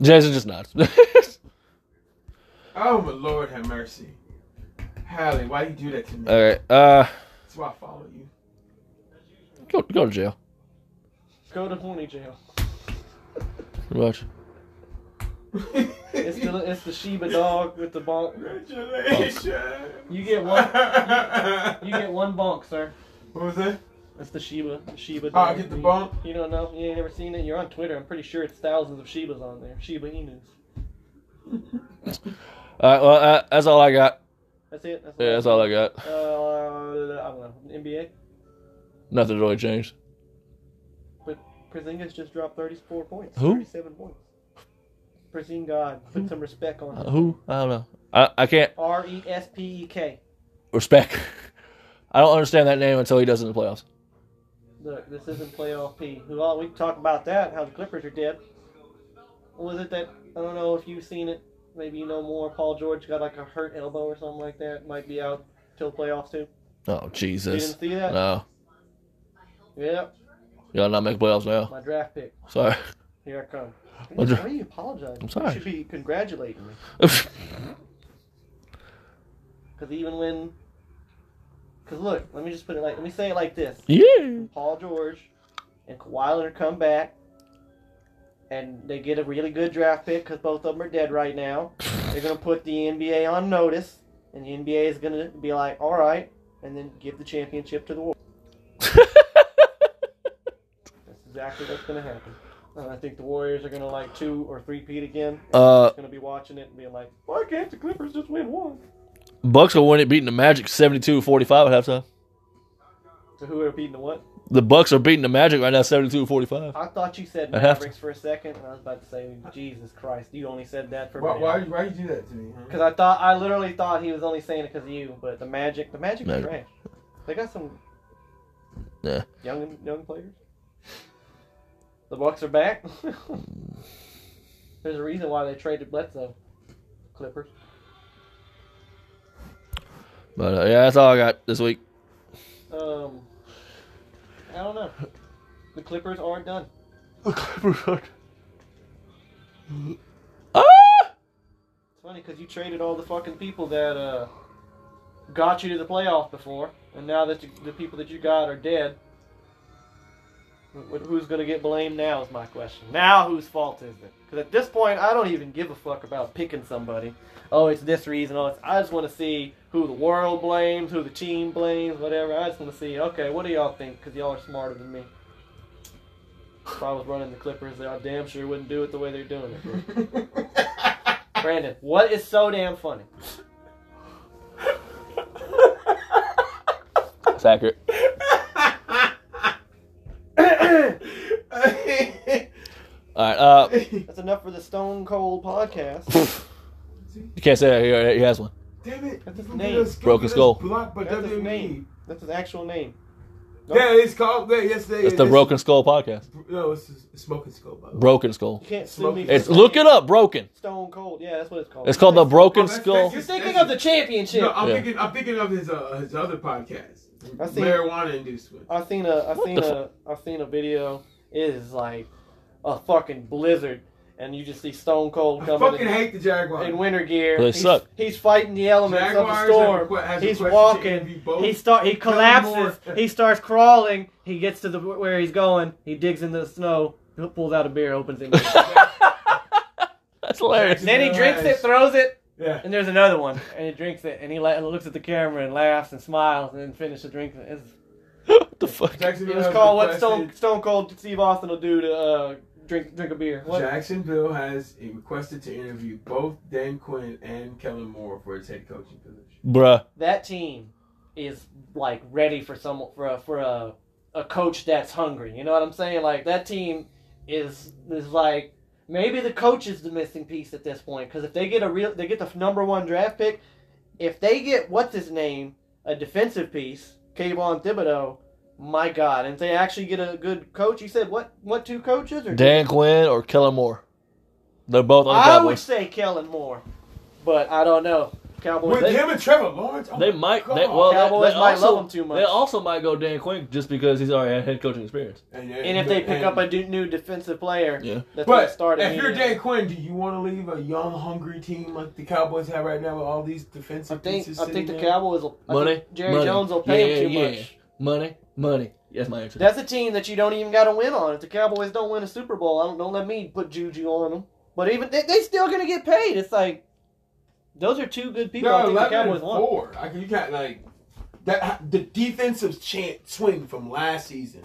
A: Jason just nods.
C: Oh my Lord, have mercy. Halle, why you do that to me?
A: All right. Uh,
C: That's why I follow you.
A: go, go to jail.
B: Go to horny jail.
A: Pretty much.
B: It's the it's the Sheba dog with the bonk.
C: Congratulations.
B: You get one. You get one bonk, sir.
C: What was that?
B: That's the Sheba. The Sheba.
C: Oh, I
B: dog.
C: get the
B: You-
C: bonk.
B: You don't know? You ain't never seen it? You're on Twitter. I'm pretty sure it's thousands of Shebas on there. Sheba Inus.
A: All right. Well, uh, that's all I got.
B: That's it. That's
A: Yeah, that's all I got.
B: Uh, I don't know. NBA.
A: Nothing really changed.
B: Porzingis just dropped 34 points.
A: Who?
B: 37 points. Porzing God. Put some respect on
A: Uh,
B: him.
A: who? I don't know. I, I can't
B: R E S P E K.
A: respect. I don't understand that name until he does it in the playoffs.
B: Look, this isn't playoff P. We all we talk about that. How the Clippers are dead. Was it that I don't know if you've seen it. Maybe you know more. Paul George got like a hurt elbow or something like that. Might be out till playoffs too.
A: Oh
B: You
A: Jesus!
B: didn't see that?
A: No,
B: Yep,
A: y'all not make playoffs now.
B: my draft pick.
A: Sorry.
B: Here I come.
A: My dra-
B: Why do you apologize?
A: I'm sorry.
B: You should be congratulating me. Because even when. Because look, let me just put it like. Let me say it like this
A: yeah.
B: Paul George and Kawhi Leonard come back, and they get a really good draft pick because both of them are dead right now. They're going to put the NBA on notice, and the NBA is going to be like, all right, and then give the championship to the Warriors. That's exactly what's going to happen. And I think the Warriors are going to like two or three peat again.
A: Uh,
B: Going to be watching it and being like, why can't the Clippers just win one?
A: Bucks will win it, beating the Magic 72-45 at halftime.
B: So who are beating the what?
A: The Bucks are beating the Magic right now 72-45.
B: I thought you said
A: I have
B: Mavericks for a second, and I was about to say, Jesus Christ, you only said that for
C: Why, why, why you do that to me? Huh?
B: Because I thought I literally thought he was only saying it because of you, but the Magic, the Magic is
A: Magic.
B: trash. They got some
A: Yeah.
B: young young players. The Bucks are back. There's a reason why they traded Bledsoe. Clippers.
A: But uh, yeah, that's all I got this week.
B: Um, I don't know. The Clippers aren't done.
A: Ah!
B: It's funny because you traded all the fucking people that uh, got you to the playoff before, and now that you, the people that you got are dead, Wh- Who's gonna get blamed now is my question. Now whose fault is it? Because at this point, I don't even give a fuck about picking somebody. Oh, it's this reason. Oh, it's, I just want to see who the world blames, who the team blames, whatever. I just want to see. Okay, what do y'all think? Because y'all are smarter than me. If I was running the Clippers, I damn sure wouldn't do it the way they're doing it. Brandon, what is so damn funny?
A: It's accurate. All right. Uh,
B: That's enough for the Stone Cold podcast.
A: you can't say that. He, already- he has one.
C: Damn it!
B: That's his
C: Look at
B: name.
C: us-
A: Broken
C: look at us
A: skull.
C: Blocked by
B: That's his
C: WWE.
B: name. That's his actual name.
C: Yeah, it's called that yesterday.
A: It's the Broken Skull podcast.
C: No, it's the Smoking Skull. By the way.
A: Broken Skull.
B: You can't sue me. For
A: It's
B: saying
A: look it up. Broken.
B: Stone Cold. Yeah, that's what it's called.
A: It's called the
C: Oh,
A: Broken
C: that's-
A: Skull.
B: You're thinking of the championship.
C: No, I'm
A: Yeah.
C: thinking. I'm thinking of his uh, his other podcast,
B: I see.
C: marijuana induced one.
B: I seen a I seen
A: the
B: a I seen a video. It is like a fucking blizzard, and you just see Stone Cold
C: I
B: coming
C: fucking
B: in,
C: hate the Jaguars.
B: in winter gear.
A: They
B: he's,
A: suck.
B: he's fighting the elements
C: Jaguars
B: of
C: have a
B: the
C: que-
B: storm.
C: has a
B: He's
C: question to interview
B: walking.
C: both.
B: He start. He
C: Tell me
B: collapses.
C: more.
B: He starts crawling. He gets to the where he's going. He digs into the snow. Pulls out a beer, opens it.
A: That's hilarious.
B: then he drinks it, throws it,
C: Yeah.
B: And there's another one, and he drinks it, and he la- looks at the camera and laughs and smiles, and then finishes the drink. It's,
A: what the fuck?
B: it
C: Jacksonville
B: was
C: has
B: called what Stone
C: requested-
B: Stone Cold Steve Austin will do to uh, drink drink a beer. What?
C: Jacksonville has requested to interview both Dan Quinn and Kellen Moore for its head coaching position.
A: Bruh.
B: That team is like ready for some for a, for a a coach that's hungry. You know what I'm saying? Like that team is is like maybe the coach is the missing piece at this point because if they get a real they get the number one draft pick, if they get what's his name a defensive piece, Kayvon Thibodeau. My God! And if they actually get a good coach, you said what? What two coaches or
A: Dan Quinn or Kellen Moore. They're both on the
B: I would
A: Cowboys.
B: say Kellen Moore, but I don't know. Cowboys.
C: With
B: they-
C: him and Trevor Lawrence, oh
A: They
C: my
A: might. They,
C: God.
A: well, they-
B: Cowboys
A: they
B: might
A: also,
B: love him too much.
A: They also might go Dan Quinn just because he's already had head coaching experience.
C: and,
B: and if they pick up a du- new defensive player,
A: Yeah.
B: that's going to
C: But
B: start
C: if you're
B: immediately.
C: Dan Quinn, do you want to leave a young, hungry team like the Cowboys have right now with all these
B: I
C: defensive
B: think
C: pieces?
B: I think
C: sitting
B: the
C: there?
B: Cowboys will I
A: Money,
B: think Jerry
A: money.
B: Jones will pay
A: Yeah,
B: him too
A: yeah.
B: much.
A: Money, money. That's my answer.
B: That's a team that you don't even got to win on. If the Cowboys don't win a Super Bowl, I don't don't let me put juju on them. But even they, they still going to get paid. It's like those are two good people.
C: They're
B: I think the
C: 11
B: Cowboys
C: and
B: won.
C: four. Like you got like that the defensive chant swing from last season,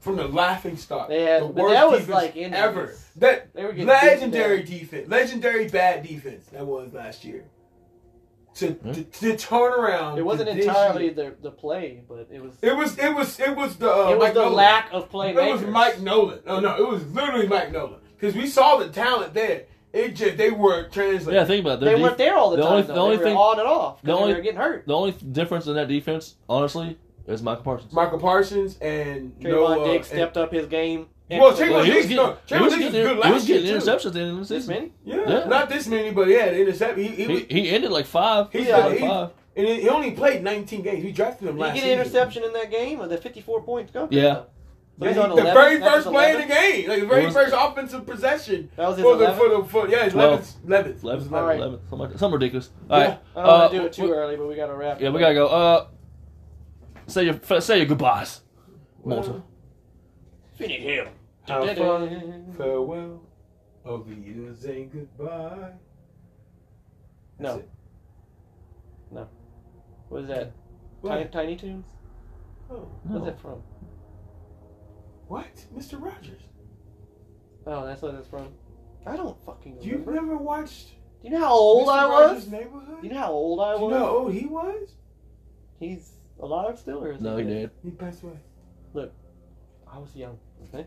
C: from the laughing stock.
B: They had-
C: the
B: but that was,
C: defense
B: like, in
C: ever.
B: this.
C: That
B: They were getting
C: legendary defense, legendary bad defense that was last year. To to, to turn around.
B: It wasn't
C: to this
B: entirely
C: year.
B: the the play, but it was
C: It was it was it was the uh,
B: it was
C: Mike
B: the
C: Nolan.
B: lack of
C: It
B: playmakers.
C: was Mike Nolan. No, no, it was literally Mike Nolan because we saw the talent there. It just they were translating.
A: yeah, think about it.
B: They
A: Their def-
B: weren't there all the,
A: the
B: time.
A: only-
B: though.
A: the only
B: they
A: thing-
B: were on and off.
A: the
B: because
A: only-
B: they were getting hurt.
A: The only difference in that defense, honestly, is Michael Parsons.
C: Michael Parsons and
B: Trayvon
C: Noah
B: Diggs
C: uh, and-
B: stepped up his game.
C: Well,
B: Excellent.
C: Trayvon
A: he was
C: Diggs-
A: getting,
C: no,
A: he
C: Trayvon
A: was
C: Diggs was
A: getting,
C: good
A: he was
C: last year,
A: getting
C: too.
A: interceptions at the end of the
B: This
A: season.
B: many?
C: Yeah,
A: Yeah.
C: not this many, but yeah, the interception. He, he,
A: He, he ended like five.
C: He's
A: He ended
C: a-
A: like five.
C: and he only played 19 games. We drafted him
B: Did he
C: last
B: get an
C: season.
B: interception in that game? Or the 54 points go?
A: Yeah.
B: So
C: Yeah,
B: he's
C: he-
B: on
C: the
B: 11,
C: very
B: that was
C: first play of
B: 11?
C: the game, like the very
A: It was-
C: first offensive possession.
B: That was his
C: For the,
B: 11.
C: for the for yeah,
A: Twelve.
C: 11th, 11th,
A: Eleven,
B: All right.
A: eleven, something, like that. something ridiculous. All
C: Yeah.
A: right,
B: I don't want to
A: Uh,
B: do it too
A: we-
B: early, but we got to wrap.
A: yeah, we gotta go. Uh, say your f- say your goodbyes, Walter.
C: Well,
B: Finish him.
C: How fun, farewell, of the years and goodbye.
B: No.
C: That's it.
B: What is that? Tiny,
C: What?
B: Tiny Toons?
C: Oh,
A: No.
B: What's that from?
C: what, Mr. Rogers?
B: Oh, that's what it's from. I don't fucking
C: You
B: remember.
C: never watched
B: Do you know how old
C: Mr.
B: I
C: Rogers'
B: was?
C: Neighborhood?
B: Do you know how old I
C: Do you
B: was?
C: know how old he was?
B: He's alive still, or is
A: No, he
B: dead?
A: did.
C: He passed away.
B: I was young. Okay.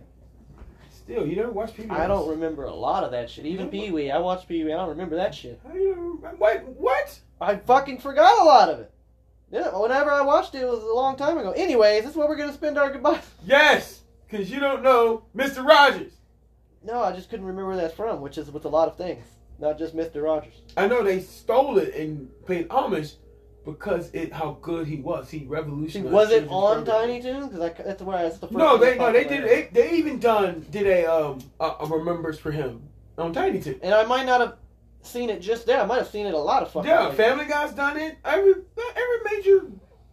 C: Still, you never watched people.
B: I don't remember a lot of that shit. Even Pee Wee, I watched Pee Wee. I don't remember that shit.
C: How you don't remember? What? What?
B: I fucking forgot a lot of it. Yeah, whenever I watched it, it was a long time ago. Anyways, this is where we're gonna spend our goodbyes.
C: Yes, because you don't know Mr. Rogers.
B: No, I just couldn't remember where that's from, which is with a lot of things, not just Mister Rogers.
C: I know they stole it and paid homage because it how good he was. He
B: See,
C: revolutionized.
B: was it
C: children's
B: on
C: programming.
B: Tiny Toons? Because that's where I, that's the first.
C: No,
B: thing
C: they
B: that
C: no
B: popped
C: they
B: in my
C: did.
B: head.
C: They, they even done did a um a, a remembrance for him on Tiny Toon.
B: And I might not have seen it just there. I might have seen it a lot of fucking.
C: Yeah,
B: places.
C: Family Guy's done it. Every every major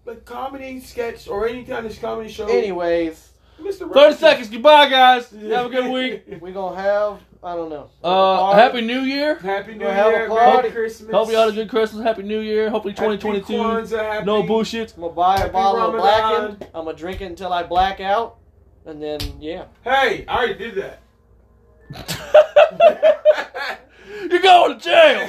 C: like comedy sketch or any kind of comedy show.
B: Anyways,
C: Mr.
A: Thirty
C: Robinson.
A: seconds. Goodbye, guys. Have a good week.
B: We gonna have I don't know.
A: Uh, happy New Year.
C: Happy New
B: We'll have a
C: Year.
B: party.
C: Merry Christmas.
A: Hope you all had a good Christmas. Happy New Year. Hopefully,
C: Happy
A: 2022.
C: Kwanzaa, happy-
A: No bullshit.
B: I'm gonna buy a
C: Happy
B: bottle of
C: Ramadan.
B: blackened. I'm gonna drink it until I black out, and then yeah.
C: Hey, I already did that.
A: You're going to jail.